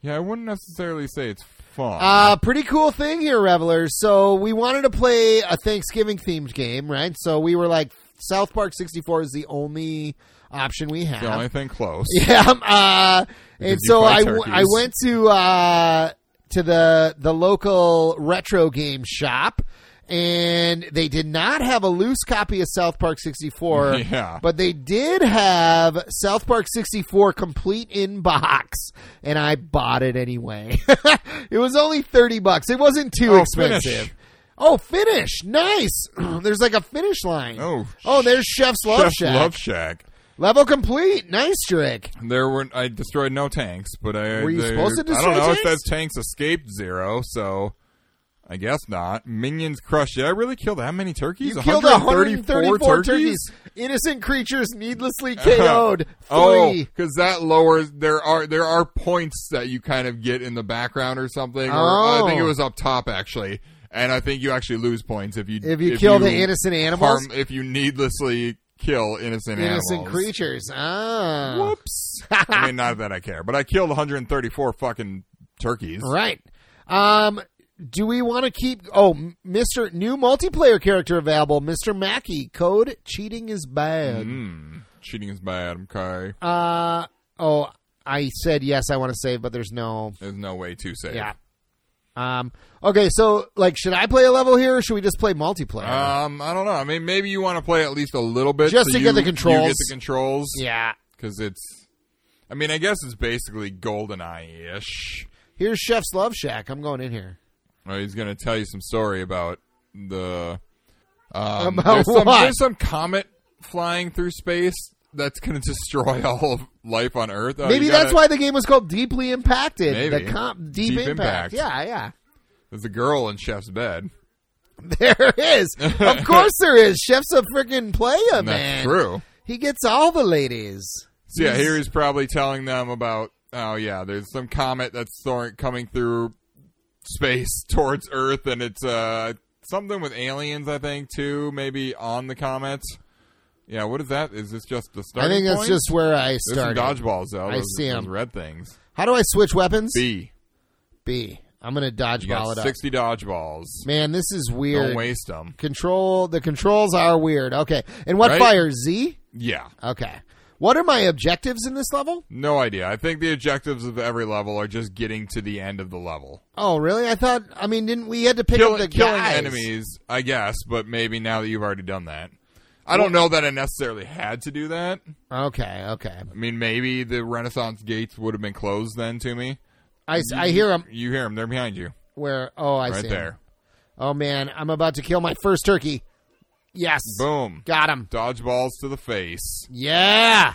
Yeah, I wouldn't necessarily say it's fun. Uh pretty cool thing here, Revelers. So we wanted to play a Thanksgiving themed game, right? So we were like South Park sixty four is the only option we have. the only thing close. Yeah. um, Uh, and Because you so buy I, w- turkeys. I went to uh, to the the local retro game shop and they did not have a loose copy of South Park 64, Yeah. but they did have South Park 64 complete in box, and I bought it anyway. it was only 30 bucks. It wasn't too Oh, expensive. Finnish. Oh, Finnish. Nice. There's like a finish line. Oh, oh there's Chef's Love Chef Shack. Love Shack. Level complete. Nice trick. There were I destroyed no tanks, but I Were you they- supposed to destroy I don't know. It tanks? says tanks escaped zero, so I guess not. Minions crushed. Did I really kill that many turkeys? You killed 134 134 turkeys. Uh-huh. Innocent creatures needlessly KO'd. Oh, Three. because that lowers. There are there are points that you kind of get in the background or something. Or, Oh. I think it was up top actually, and I think you actually lose points if you If you kill the innocent animals? harm- if you needlessly kill innocent Innocent animals. creatures. Ah. Whoops. I mean, not that I care, but I killed 134 fucking turkeys. Right. Um, do we want to keep? Oh, m- Mr. New multiplayer character available. Mr. Mackey. Code cheating is bad. Cheating is bad. Okay, Uh. Oh, I said yes. I want to save, but there's no. there's no way to save. Yeah. Um. Okay. So, like, should I play a level here, or should we just play multiplayer? Um, I don't know. I mean, maybe you want to play at least a little bit Just so to you, get the you controls. get the controls. yeah. because it's. I mean, I guess it's basically GoldenEye ish. Here's Chef's Love Shack. I'm going in here. Uh, He's going to tell you some story about the. Um, About there's, some, what? there's some comet flying through space that's going to destroy all of life on Earth. Oh, Maybe you that's gotta- why the game was called Deeply Impacted. Maybe. The comp Deep, Deep Impact. Impact. Yeah, yeah. There's a girl in Chef's bed. There is. Of course there is. Chef's a freaking player, man. That's true. He gets all the ladies. So yeah, here he's probably telling them about oh yeah, there's some comet that's soaring- coming through space towards Earth, and it's uh something with aliens, I think, too. Maybe on the comet. Yeah, what is that? Is this just the I starting? think that's point? just where I there's some started. dodgeballs though. I Those- see 'em. those red things. How do I switch weapons? B. B. I'm gonna You dodgeball got it up. sixty dodgeballs. Man, this is weird. Don't waste them. Control the controls are weird. Okay. And what Right? fires? Z? Yeah. Okay. What are my objectives in this level? No idea. I think the objectives of every level are just getting to the end of the level. Oh, really? I thought I mean didn't we had to pick Kill- up the killing guys. enemies, I guess, but maybe now that you've already done that. I don't know that I necessarily had to do that. Okay, okay. I mean, maybe the Renaissance gates would have been closed then to me. I, I hear them You hear them. They're behind you. where oh I Right see 'em. there. Oh man, I'm about to kill my first turkey. Yes. Boom. Got him. Dodgeballs to the face. Yeah.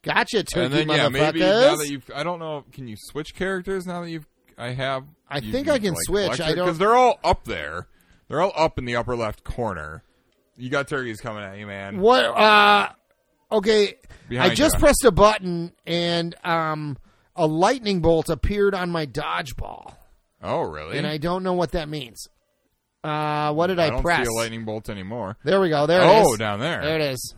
Gotcha, turkey and then, motherfuckers. yeah, maybe now that you've. I don't know. Can you switch characters now that you've. I have. I think I can switch. I don't- Because they're all up there. They're all up in the upper left corner. You got turkeys coming at you, man. what uh okay. Behind I just you. pressed a button and um a lightning bolt appeared on my dodgeball. Oh, really? And I don't know what that means. Uh what did I, I don't press? see a lightning bolt anymore. There we go. There it is. Oh, down there. There it is.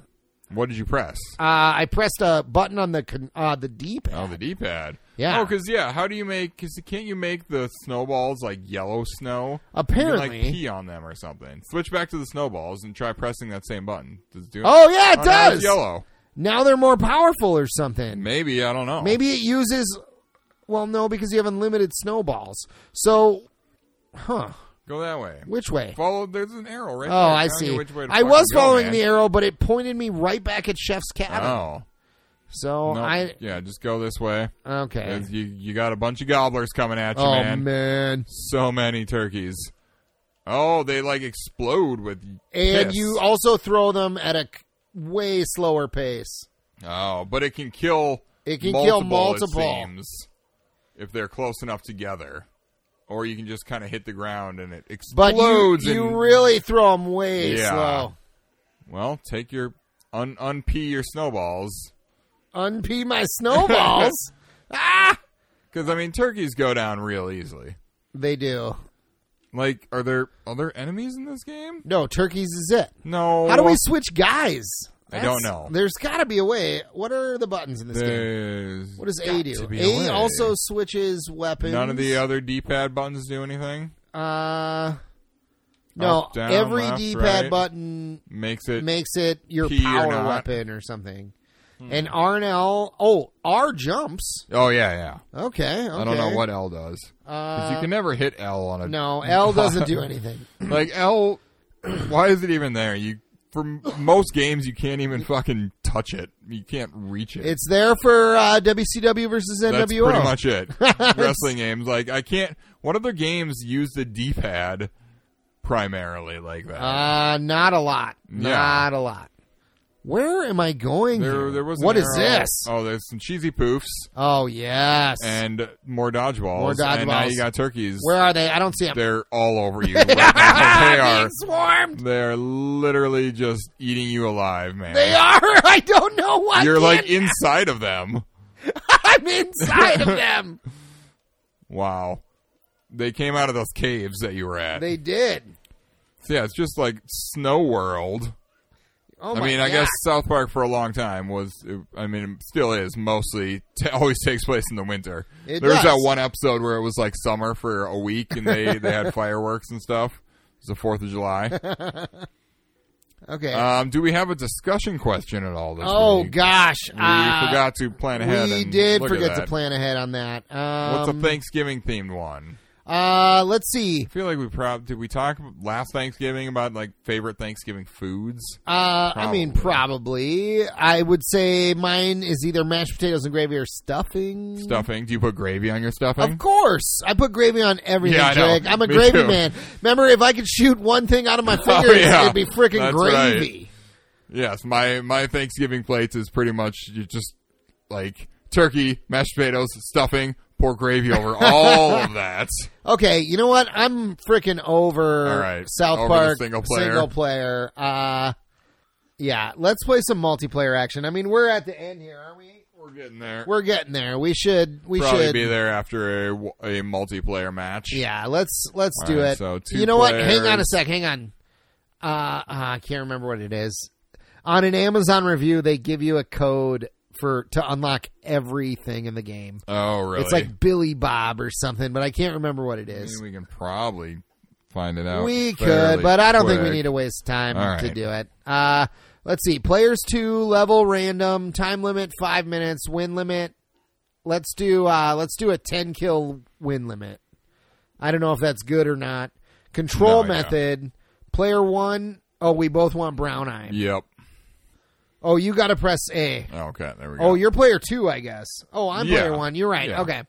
What did you press? Uh, I pressed a button on the con- uh, the D pad. Oh, the D-pad. Yeah. Oh, because yeah, how do you make? Because can't you make the snowballs like yellow snow? you Apparently. can, like pee on them or something. Switch back to the snowballs and try pressing that same button. Does it do? it? Oh, yeah, it Oh, now it's does. yellow. Now they're more powerful or something. Maybe I don't know. Maybe it uses. Well, no, because you have unlimited snowballs. So, huh? go that way. Which way? Follow. There's an arrow right Oh, there. I telling you see. Which way to I fucking was go, following man. the arrow, but it pointed me right back at Chef's cabin. Oh. So No, Oh, I yeah, just go this way. okay. You you got a bunch of gobblers coming at you, oh man. So many turkeys. Oh, they like explode with. And piss. you also throw them at a c- way slower pace. Oh, but it can kill. It can kill multiple, multiple. It seems, if they're close enough together, or you can just kind of hit the ground and it But you, explodes. you and- really throw them way Yeah. slow. well take your un unpee your snowballs Unpee my snowballs. ah, because I mean turkeys go down real easily. they do. Like, are there other enemies in this game? No, turkeys is it. No. How do we switch guys? I don't know. There's got to be a way. What are the buttons in this game? There's What does A got do? to be A way. also switches weapons. None of the other D-pad buttons do anything. Uh, no, Up, down, every left, D-pad right. button Makes it makes it your Key or power not. Hmm. weapon or something. and R and L. Oh, R jumps. Oh yeah, yeah. Okay, I don't know okay. Uh, what L does. 'Cause you can never hit L on a No, L doesn't do anything. like L. Why is it even there? You for m- most games you can't even fucking touch it. You can't reach it. It's there for uh, WCW versus NWO. That's pretty much it. Wrestling games like I can't. What other games use the D-pad primarily like that? Uh, not a lot. Yeah. Not a lot. Where am I going? there, here? there was an What is arrow- this? Oh, there's some cheesy poofs Oh yes. and more dodgeballs. More And now dodgeballs. you got turkeys. Where are they? I don't see them. They're all over you. right now. they are. being swarmed. They're literally just eating you alive, man. They are. I don't know why. You're like can't- inside of them. I'm inside of them. Wow. They came out of those caves that you were at. They did. So, yeah, it's just like Snow World. Oh I my mean, I God. guess South Park for a long time was, I mean, it still is mostly, t- always takes place in the winter. It there was does. that one episode where it was like summer for a week and they, they had fireworks and stuff. It was the 4th of July. Okay. um, do we have a discussion question at all this oh week? gosh. We uh, forgot to plan ahead. we and did look at forget to that. plan ahead on that. Um, What's a Thanksgiving themed one? Uh, let's see. I feel like we probably did we talk last Thanksgiving about like favorite Thanksgiving foods? Uh, I mean, probably. I would say mine is either mashed potatoes and gravy or stuffing. Stuffing. Do you put gravy on your stuffing? Of course, I put gravy on everything, Yeah, I know. Jake. I'm a Me gravy too. Oh, man. Remember, if I could shoot one thing out of my fingers, yeah. it'd be freaking That's gravy. Yes, my my Thanksgiving plate is pretty much you just like turkey, mashed potatoes, stuffing, pour gravy over all of that. Okay, you know what? I'm freaking over All right, South over the Park single player. single player. Uh, yeah, let's play some multiplayer action. I mean, we're at the end here, aren't we? We're getting there. We're getting there. We should. We probably should be there after a, a multiplayer match. Yeah, let's let's All do right, it. so two you know what? Hang on a players. sec. Hang on. Uh, uh, I can't remember what it is. On an Amazon review, they give you a code for to unlock everything in the game. Oh, really? It's like Billy Bob or something, but I can't remember what it I mean, is. we can probably find it out. We could, fairly but I don't think quick. we need to waste time Oh, All right. to do it. Uh, let's see. Players two level random time limit five minutes win limit. Let's do uh, let's do a ten kill win limit. I don't know if that's good or not. Control No, yeah. method. Player one oh we both want brown eye. Yep. Oh, you got to press A. Okay, there we go. Oh, you're player two, I guess. Oh, I'm Yeah. player one. You're right. Yeah. Okay.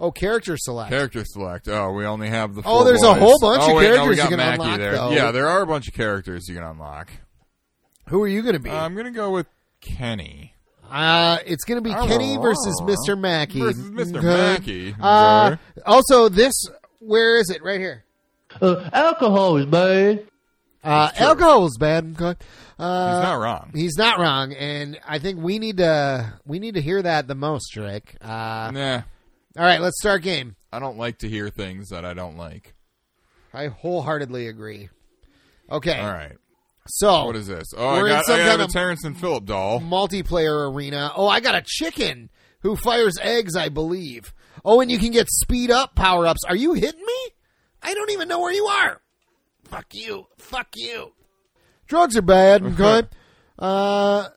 Oh, character select. Character select. Oh, we only have the. Oh, four there's a boys. whole bunch Oh, of wait, no, we characters got you can Mackie unlock, there. though. Yeah, there are a bunch of characters you can unlock. Who are you going to be? I'm gonna go with Kenny. Uh, it's going to be Oh. Kenny versus Mr. Mackey. Versus Mr. Okay. Mackey. Uh, Okay. also, this, where is it? Right here. Uh, alcohol is bad. Uh, alcohol is bad. Okay. Uh, He's not wrong. he's not wrong, and I think we need to we need to hear that the most, Rick. Uh, Nah, all right, let's start game. I don't like to hear things that I don't like. I wholeheartedly agree. Okay, All right, so what is this? Oh, We're I in got, some I got kind a of- Terrence and Phillip doll. multiplayer arena. Oh, I got a chicken who fires eggs, I believe. Oh, and you can get speed up power ups. Are you hitting me? I don't even know where you are. Fuck you. Fuck you. Drugs are bad. Okay. uh,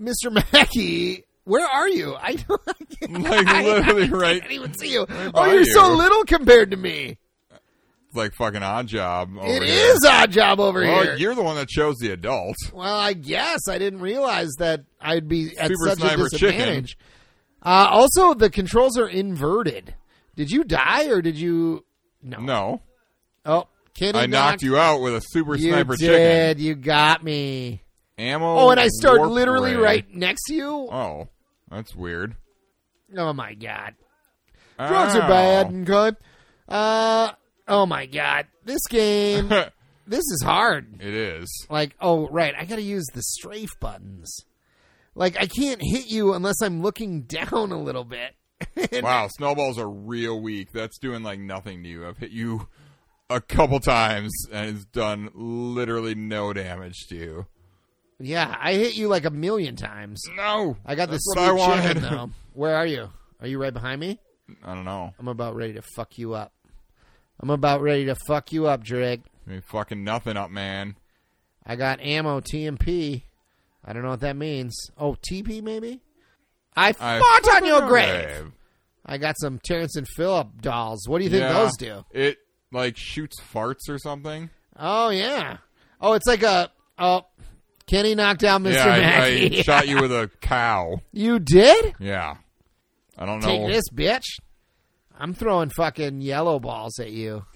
Mr. Mackey, where are you? I don't. Like literally, right? I didn't even see you. Oh, by you're so you. little compared to me. Like fucking odd job. Over It here. is odd job over Well, here. you're the one that chose the adult. Well, I guess I didn't realize that I'd be at Super such a Sniper Chicken. disadvantage. Uh, also, the controls are inverted. Did you die or did you? No. No, Oh, Kenny, I knocked you out with a super You sniper chicken. did. You got me. Ammo. Oh, and I start warp literally ray. right next to you. Oh, that's weird. Oh my god, drugs are Ow. bad. Okay. Uh, oh my god, this game. this is hard. It is. like oh right i gotta use the strafe buttons like i can't hit you unless i'm looking down a little bit And- Wow, snowballs are real weak. That's doing like nothing to you. I've hit you a couple times and it's done literally no damage to you. yeah i hit you like a million times No, i got this That's sweet what I wanted. chicken though where are you are you right behind me I don't know. i'm about ready to fuck you up i'm about ready to fuck you up drake I mean, fucking nothing up, man. i got ammo tmp I don't know what that means. Oh, TP maybe? I I fought on your grave. Grave. I got some Terrence and Phillip dolls. What do you think Yeah. those do? It like shoots farts or something. Oh yeah. Oh, it's like a oh. Kenny knocked down Mr. yeah, I, I Mackey. shot you with a cow. you did? Yeah, I don't Take know. this, bitch. I'm throwing fucking yellow balls at you.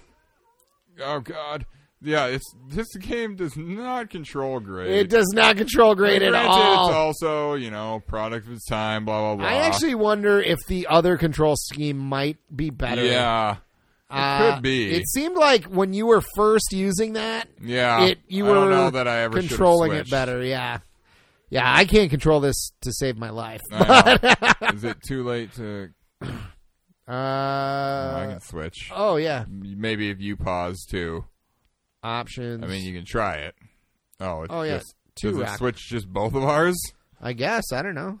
Oh God. Yeah, it's this game does not control grade. It does not control grade at Granted, all. It's also, you know, product of its time, blah blah blah. I actually wonder if the other control scheme might be better. yeah, Uh, could be. It seemed like when you were first using that, yeah. it you Ah, I were don't know that I ever should've controlling it switched. better. Yeah, yeah. I can't control this to save my life. I know. Is it too late to? I Uh, can switch. oh yeah, Maybe if you pause too. options. I mean, you can try it. Oh, it's Oh, yeah. Just, Two does it rack. switch just both of ours? I guess I don't know.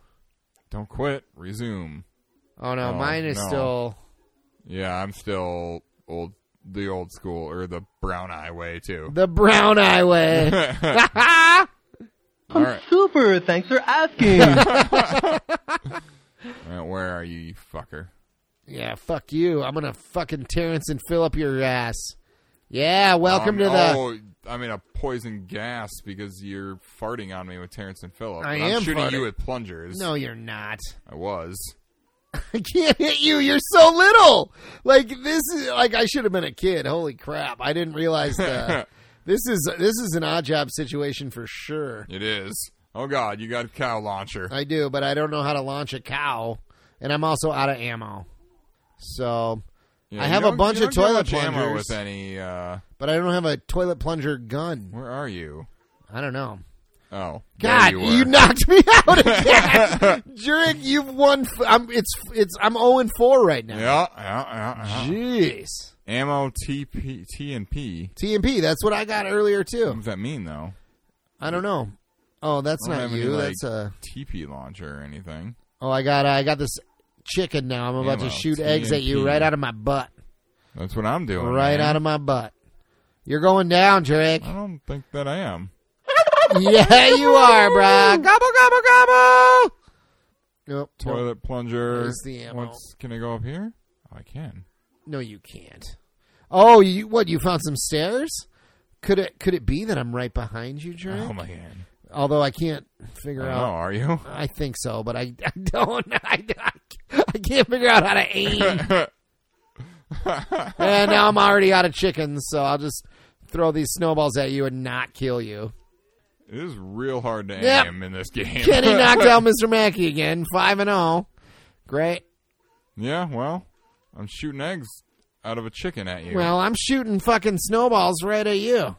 Don't quit. Resume. Oh no, Oh, mine is no. still. Yeah, I'm still old, the old school or the brown eye way too. The brown eye way. All right, Super, thanks for asking. All right, where are you, you fucker? yeah, fuck you. I'm gonna fucking Terrence and fill up your ass. Yeah, welcome Um, to the. Oh, I mean a poison gas because you're farting on me with Terrence and Phillip. I and am I'm shooting farting. you with plungers. No, you're not. I was. I can't hit you. You're so little. Like this is like I should have been a kid. Holy crap! I didn't realize the, this is this is an odd job situation for sure. It is. Oh God, you got a cow launcher. I do, but I don't know how to launch a cow, and I'm also out of ammo. So, Yeah, I you have a don't- bunch you of don't get toilet much ammo plungers. With any, uh, but I don't have a toilet plunger gun. where are you? I don't know. Oh, God, there you, you, were. knocked me out again, Jurek. You've won. F- I'm it's it's I'm zero and four right now. Yeah, yeah, yeah, yeah. Jeez, Ammo TP, T and P. TMP. That's what I got earlier What too. does that mean though? I don't know. Oh, that's I don't not have any, you. uh, like, that's a. TP launcher or anything. Oh, I got I got this chicken now. I'm about Ammo, to shoot eggs at you TNT. right out of my butt. That's what I'm doing. Right out of my butt. You're going down, Drake. I don't think that I am. yeah, you are, bruh. Gobble gobble gobble. Nope. Nope. Toilet plunger. Where's the ammo? What's- can I go up here? Oh, I can. No, you can't. Oh, you what? You found some stairs? Could it could it be that I'm right behind you, Drake? Oh my god. Although I can't figure Oh, out. are you? I think so, but I, I don't. I, I can't figure out how to aim. and now I'm already out of chickens, so I'll just throw these snowballs at you and not kill you. It is real hard to aim Yep. in this game. Kenny knocked out Mr. Mackey again, five and zero. Great. yeah, well, I'm shooting eggs out of a chicken at you. Well, I'm shooting fucking snowballs right at you,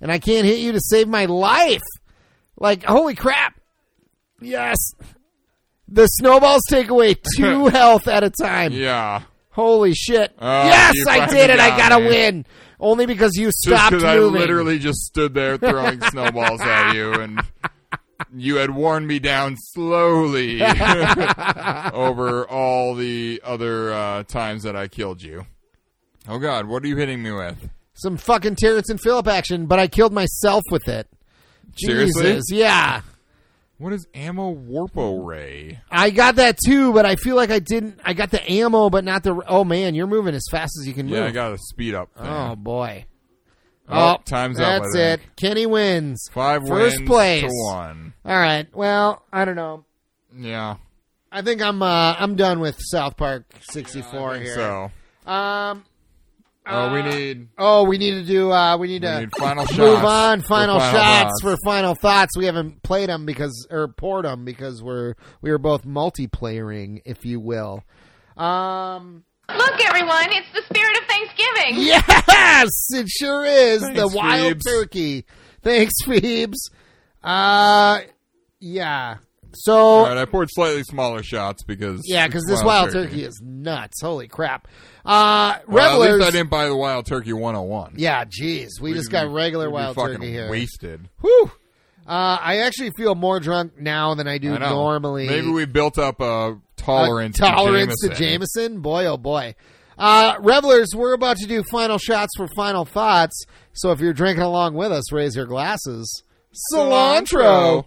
and I can't hit you to save my life. Like, holy crap! Yes, the snowballs take away two health at a time. yeah. Holy shit! Oh, yes, you I finally did it! I got gotta me. win. Only because you Just stopped because I moving. literally just stood there throwing snowballs at you, and you had worn me down slowly over all the other uh, times that I killed you. Oh God, what are you hitting me with? Some fucking Terrence and Phillip action, but I killed myself with it. Seriously? Jesus, yeah. What is ammo warpo ray? I got that too, but I feel like I didn't. I got the ammo, but not the. Oh man, you're moving as fast as you can Yeah, move. I got a speed up. Thing. oh boy. Oh, time's up, I That's it. think. Kenny wins. Five First wins place. to one. All right. Well, I don't know. Yeah, I think I'm. Uh, I'm done with South Park 64 here. so. Um. Oh, we need Oh, we need to do. Uh, we need we to need final shots. move on. for Final, shots thoughts. for final thoughts. We haven't played them because or poured them because we're we were both multiplayering, if you will. Um. Look, everyone, it's the spirit of Thanksgiving. Yes, it sure is. Thanks, the wild Phoebes. turkey. Thanks, Phoebes. Uh, yeah. So All right, I poured slightly smaller shots because yeah, because this it's wild turkey. is nuts. Holy crap! Uh, Well, at revelers. least I didn't buy the wild turkey 101. yeah, jeez, we, just got regular wild fucking turkey here. Wasted. Whew. Uh, I actually feel more drunk now than I do I know. normally. Maybe we built up a A tolerance. tolerance to to Jameson. Boy, oh boy. Uh, revelers, we're about to do final shots for final thoughts. So if you're drinking along with us, raise your glasses. Cilantro.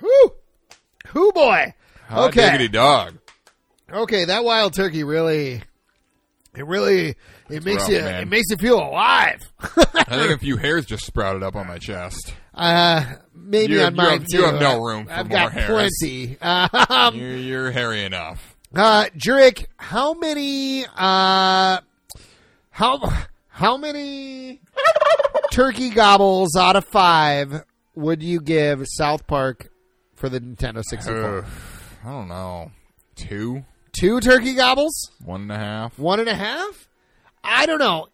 Whoo! Whoo boy! Hot okay. diggity dog. Okay, that wild turkey really it really it makes rough, you man. it makes you feel alive. I think a few hairs just sprouted up on my chest. uh maybe on You- you have- mine you too. have no room for I've more got hairs. plenty. Um, You're, you're hairy enough. Uh, Jurek, how many, uh, how, how many turkey gobbles out of five would you give South Park for the Nintendo 64? Ugh, Uh, I don't know. Two? Two turkey gobbles? One and a half? One and a half? I don't know.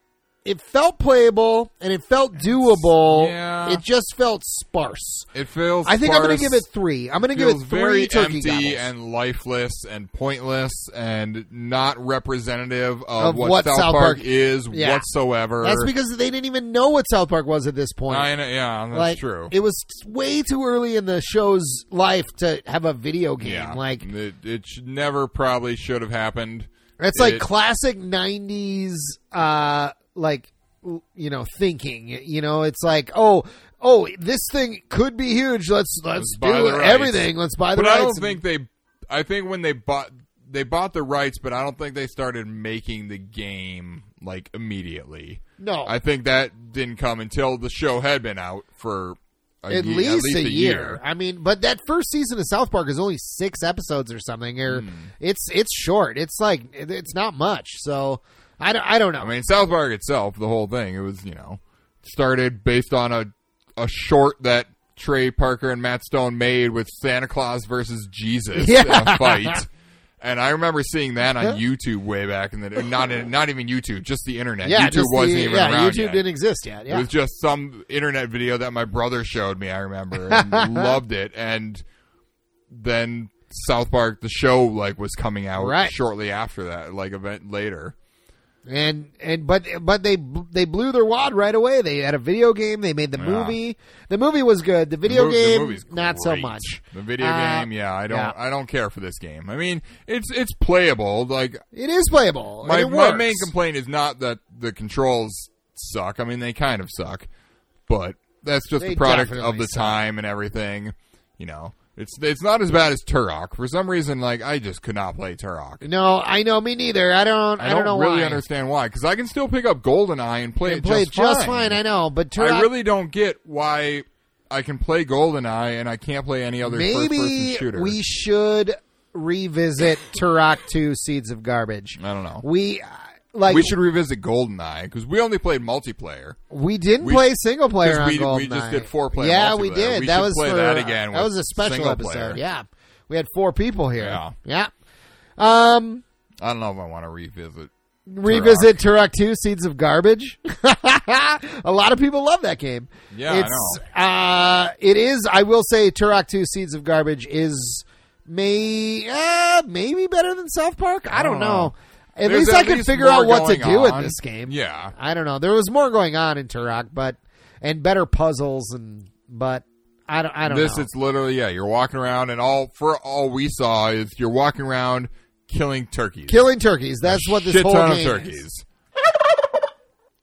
It felt playable and it felt doable. yeah. It just felt sparse. It feels. I think I'm going sparse, to give it three. I'm going to give feels it three very turkey empty gobbles. and lifeless and pointless and not representative Of of, what, what South, South Park, Park- is Yeah. whatsoever. That's because they didn't even know what South Park was at this point. I know, yeah, that's like true. it was way too early in the show's life to have a video game yeah, like it, it should never probably should have happened. it's like it- classic 90s uh like l- you know thinking you know it's like oh oh this thing could be huge let's let's, Let's buy do the rights. everything let's buy the but rights I don't and- think they. I think when they bought they bought the rights, but I don't think they started making the game like immediately. No. I think that didn't come until the show had been out for a at, ye- least at least a year. I mean, but that first season of South Park is only six episodes or something. Hmm. Or it's it's short. It's like it- it's not much. So I don't I don't know. I mean, South Park itself, the whole thing, it was you know started based on a a short that Trey Parker and Matt Stone made with Santa Claus versus Jesus in Yeah. a fight. And I remember seeing that on YouTube way back in the day. Not in, not even YouTube, just the internet. yeah, YouTube just the- wasn't even yeah, around YouTube yet. didn't exist yet. Yeah. It was just some internet video that my brother showed me. I remember and loved it, and then South Park the show like was coming out Right. shortly after that, like event later. and and but but they they blew their wad right away. They had a video game. They made the movie. The movie was good. The video The mov- the game, movie's not so great. much. The video Uh, game, yeah, I don't, yeah. I don't care for this game. I mean, it's it's playable. Like It is playable. my, and it my works. main complaint is not that the controls suck. I mean, they kind of suck, but that's just They the product of definitely the suck. time and everything. You know, it's it's not as bad as Turok. For some reason, like I just could not play Turok. No, I know me neither. I don't. I, I don't, know really why. understand why, because I can still pick up GoldenEye and play They it play just, fine. I know, but Turok I really don't get why I can play GoldenEye and I can't play any other first-person Maybe shooter. we should revisit Turok 2 Seeds of Garbage. I don't know. We uh, like we should revisit GoldenEye because we only played multiplayer. we didn't we- play single player 'cause on we- GoldenEye. we just did four-player Yeah, we multiplayer. did. We that should was play for, that again That with was a special single episode. player. Yeah. We had four people here. Yeah. Yeah. Um I don't know if I want to revisit. revisit Turok 2 Seeds of Garbage. a lot of people love that game. Yeah, I it's uh it is I will say Turok 2 Seeds of Garbage is may uh, maybe better than South Park. I don't don't know. know. At There's least at I can least figure out more what to going do in on. this game. Yeah. I don't know. There was more going on in Turok, but and better puzzles and but I don't I don't This know. it's literally yeah. You're walking around and all for all we saw is you're walking around killing turkeys, Killing turkeys. That's what this shit whole ton game of turkeys.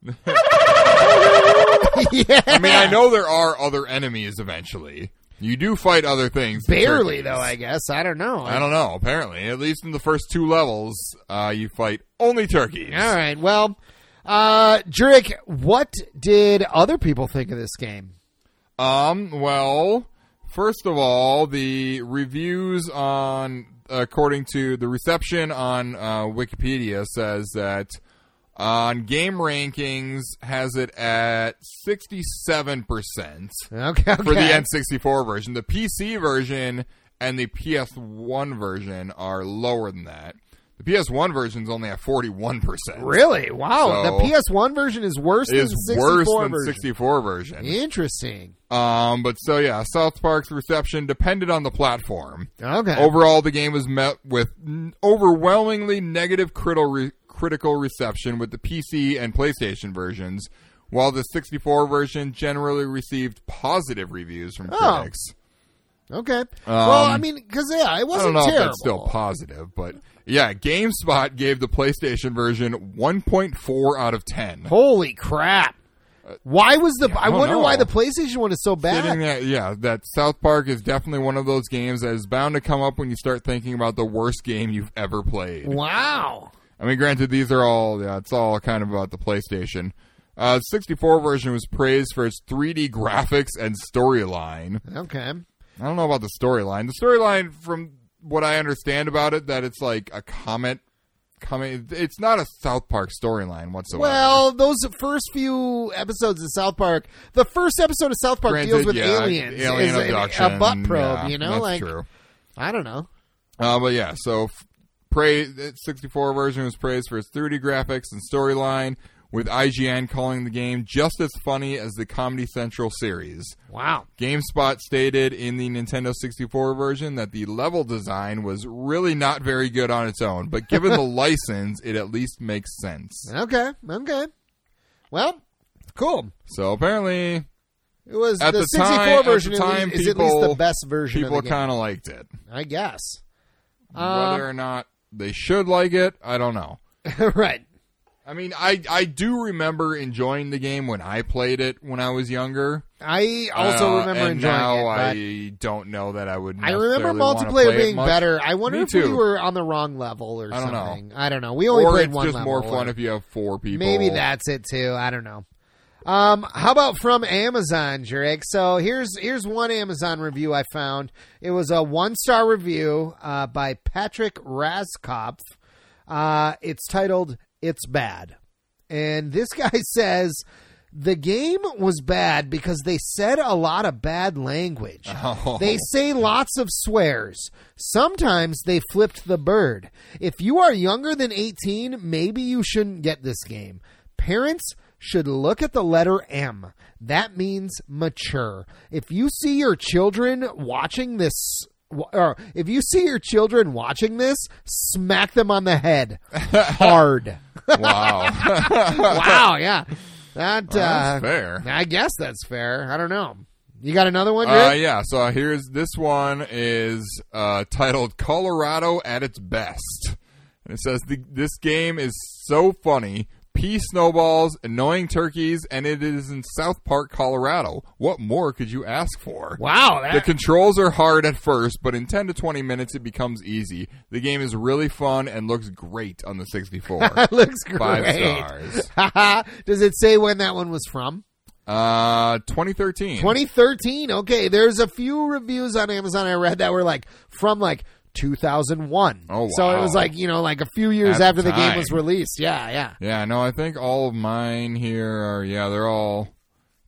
Is. yeah. I mean, I know there are other enemies eventually. You do fight other things. than barely turkeys. though. I guess I don't know. I don't know. Apparently, at least in the first two levels, uh, you fight only turkeys. All right. Well, uh, Jurek, what did other people think of this game? Um, well, first of all, the reviews on, according to the reception on uh, Wikipedia, says that on game rankings has it at 67% Okay. okay. for the N64 version. The PC version and the PS1 version are lower than that. The PS1 version's only at 41%. Really? Wow. So- the PS1 version is worse Is than 64 worse than version. 64 version. Interesting. Um, but so yeah, South Park's reception depended on the platform. Okay. Overall, the game was met with n- overwhelmingly negative critical re- critical reception with the PC and PlayStation versions, while the 64 version generally received positive reviews from Oh. critics. okay. well, I mean, because yeah, it Um, I don't wasn't know terrible. if that's still positive, but yeah, GameSpot gave the PlayStation version 1.4 out of 10. Holy crap! Why was the? I, I don't wonder why know. the PlayStation one is so Getting bad. that, yeah, that South Park is definitely one of those games that is bound to come up when you start thinking about the worst game you've ever played. Wow. I mean, granted, these are all yeah, it's all kind of about the PlayStation. Uh, 64 version was praised for its 3D graphics and storyline. Okay. I don't know about the storyline. The storyline, from what I understand about it, that it's like a comet coming. It's not a South Park storyline whatsoever. Well, those first few episodes of South Park, the first episode of South Park Granted, deals with yeah, aliens, alien is a- abduction, a, butt probe. yeah, you know, that's like true. I don't know. Uh, but yeah, so f- praise sixty four version was praised for its 3D graphics and storyline, with IGN calling the game just as funny as the Comedy Central series. Wow. GameSpot stated in the Nintendo 64 version that the level design was really not very good on its own, but given the license, it at least makes sense. Okay. Okay. Well, cool. So apparently, It was At the, the 64 time- at the version is- time, is at least the people- best version people of the game, Uh, kind of liked it. I guess. Whether or not they should like it, I don't know. right. I mean, I, I do remember enjoying the game when I played it when I was younger. I also Uh, remember and enjoying now it. I don't know that I would. but I remember necessarily wanna multiplayer play it being much. better. I wonder Me if we too. were on the wrong level or I don't know. something. I don't know. We only Or played it's one just level. more fun or- if you have four people. Maybe that's it too. I don't know. Um, how about from Amazon, Jurek? So here's here's one Amazon review I found. It was a one star review uh, by Patrick Raskopf. Uh, it's titled "It's Bad," and this guy says the game was bad because they said a lot of bad language. Oh. They say lots of swears. Sometimes they flipped the bird. If you are younger than 18, maybe you shouldn't get this game. Parents should look at the letter M. That means mature. If you see your children watching this or if you see your children watching this, smack them on the head hard. wow. wow, yeah. That that's uh, fair. I guess that's fair. I don't know. You got another one, Uh, Rick? yeah, so here's this one is uh, titled Colorado at its best. And it says "The- this game is so funny. Pea snowballs, annoying turkeys, and it is in South Park, Colorado. What more could you ask for? Wow, that, The controls are hard at first, but in 10 to 20 minutes it becomes easy. The game is really fun and looks great on the 64. That looks great. Five stars. Does it say when that one was from? Uh, 2013. 2013. Okay, there's a few reviews on Amazon I read that were like from like 2001. Oh, wow. So it was like, you know, like a few years At after the the game time. was released. Yeah, yeah. Yeah, no, I think all of mine here are, yeah, they're all.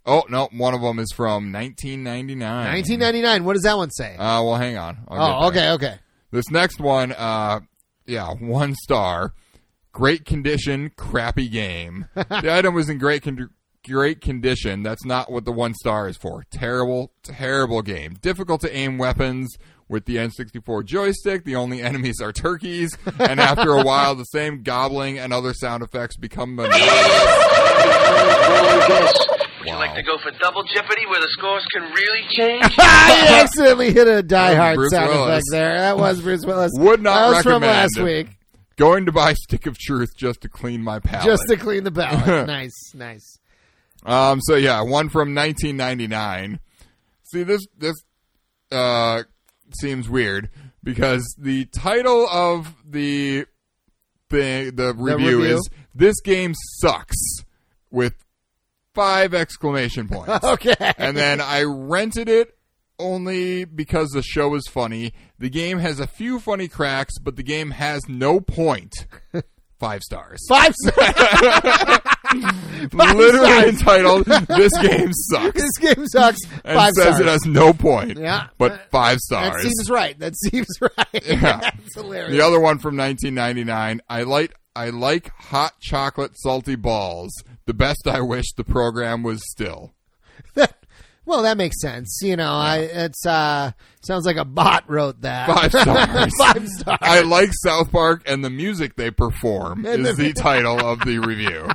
Oh, no, one of them is from 1999. 1999. What does that one say? Mm. Uh, well, hang on. I'll get oh, there. okay, okay. This next one, uh, yeah, one star. Great condition, crappy game. the item was in great con- great condition. That's not what the one star is for. Terrible, terrible game. Difficult to aim weapons with the N64 joystick. The only enemies are turkeys, and after a while, the same gobbling and other sound effects become monotonous. You Wow. like to go for double jeopardy where the scores can really change? Ah, I accidentally hit a Die Hard Bruce sound Willis. effect there. That was Bruce Willis. Would not That was from recommend. last week. Going to buy Stick of Truth just to clean my palate. Just to clean the palate. nice, nice. Um, so yeah, one from 1999. See this this uh, seems weird because the title of the thing the review, review? is "This game sucks" with five exclamation points. Okay. and then I rented it only because the show is funny. The game has a few funny cracks, but the game has no point. Five stars. Five stars. Literally stars. entitled "This game sucks." this game sucks. and Five says stars. it has no point. Yeah. but five That stars. seems right. That seems right. Yeah. That's hilarious. The other one from 1999. I like I like hot chocolate salty balls. The best I wish the program was still. well, that makes sense. You know, I it's uh sounds like a bot wrote that. Five stars. Five stars. I like South Park and the music they perform And is the- the title of the review.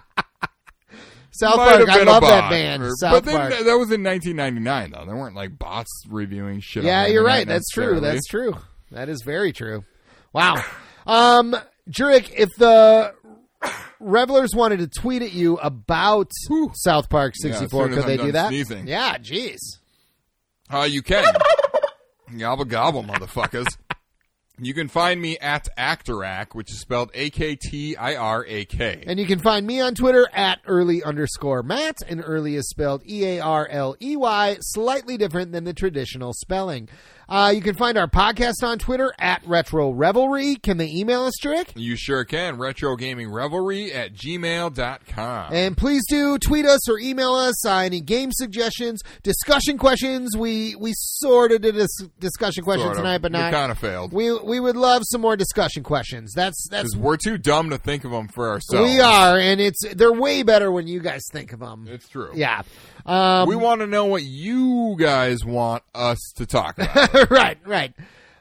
South Might have Park. I been a love that bot, band. or- South but then Park. th- that was in 1999 though. There weren't like bots reviewing shit. on yeah, the you're internet right. That's true. necessarily. That's true. That is very true. Wow. Um, Jurek, if the revelers wanted to tweet at you about South Park as 64. soon as Could they I'm do done that? sneezing. Yeah, jeez. Uh, you can. gobble gobble, motherfuckers. You can find me at Actorac, which is spelled A K T I R A K. And you can find me on Twitter at early underscore Matt, and early is spelled E A R L E Y, slightly different than the traditional spelling. Uh, you can find our podcast on Twitter at Retro Revelry. Can they email us, Trick? You sure can. Retro Gaming Revelry at gmail.com. And please do tweet us or email us uh, any game suggestions, discussion questions. We we sort of did a s- discussion question Sort of. tonight, but We not kinda failed. We we would love some more discussion questions. That's that's 'Cause we're too dumb to think of them for ourselves. we are, and it's they're way better when you guys think of them. It's true. yeah. Um, We want to know what you guys want us to talk about. right, right.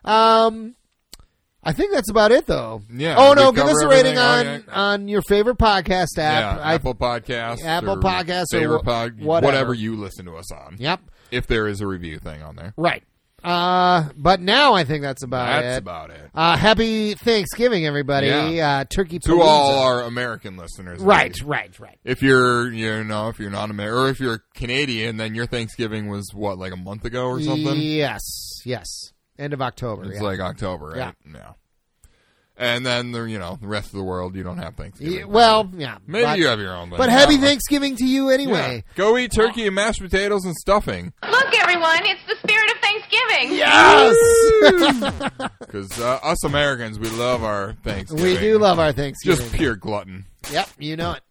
Um, I think that's about it, though. Yeah, Oh no, we give us a cover rating everything. on Okay. on your favorite podcast app. yeah, I- Apple Podcasts. Apple or Podcasts or favorite wh- pod- whatever. you listen to us on. Yep. If there is a review thing on there. Right. Uh, but now I think that's about That's it. about it. uh, happy Thanksgiving, everybody. Yeah. Uh, Turkey to all our American listeners. at Right, least. right, right. If you're, you know, if you're not American, or if you're Canadian, then your Thanksgiving was what, like a month ago or something. Yes, yes. End of October. It's yeah. like October, right? Yeah. And then the, you know, the rest of the world, you don't have Thanksgiving. Yeah, well, yeah. maybe but, you have your own. thing. But I happy don't know. Thanksgiving to you Yeah. anyway. Go eat turkey and mashed potatoes and stuffing, Look, everyone, it's the spirit of Thanksgiving. Yes, because uh, us Americans, we love our Thanksgiving. we do love our just Thanksgiving. pure glutton. yep, you know it.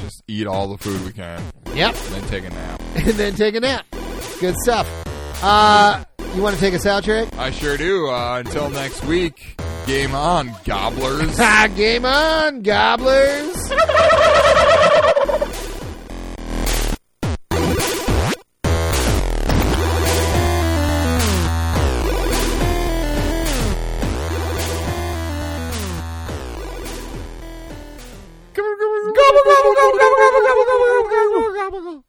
Just eat all the food we can, Yep. and then take a nap. and then take a nap. Good stuff. Uh, you want to take us out, Trick? I sure do. Uh, until next week, game on, gobblers. Ah, game on, gobblers! Gobble, gobble, gobble, gobble, gobble, gobble, gobble, gobble, gobble.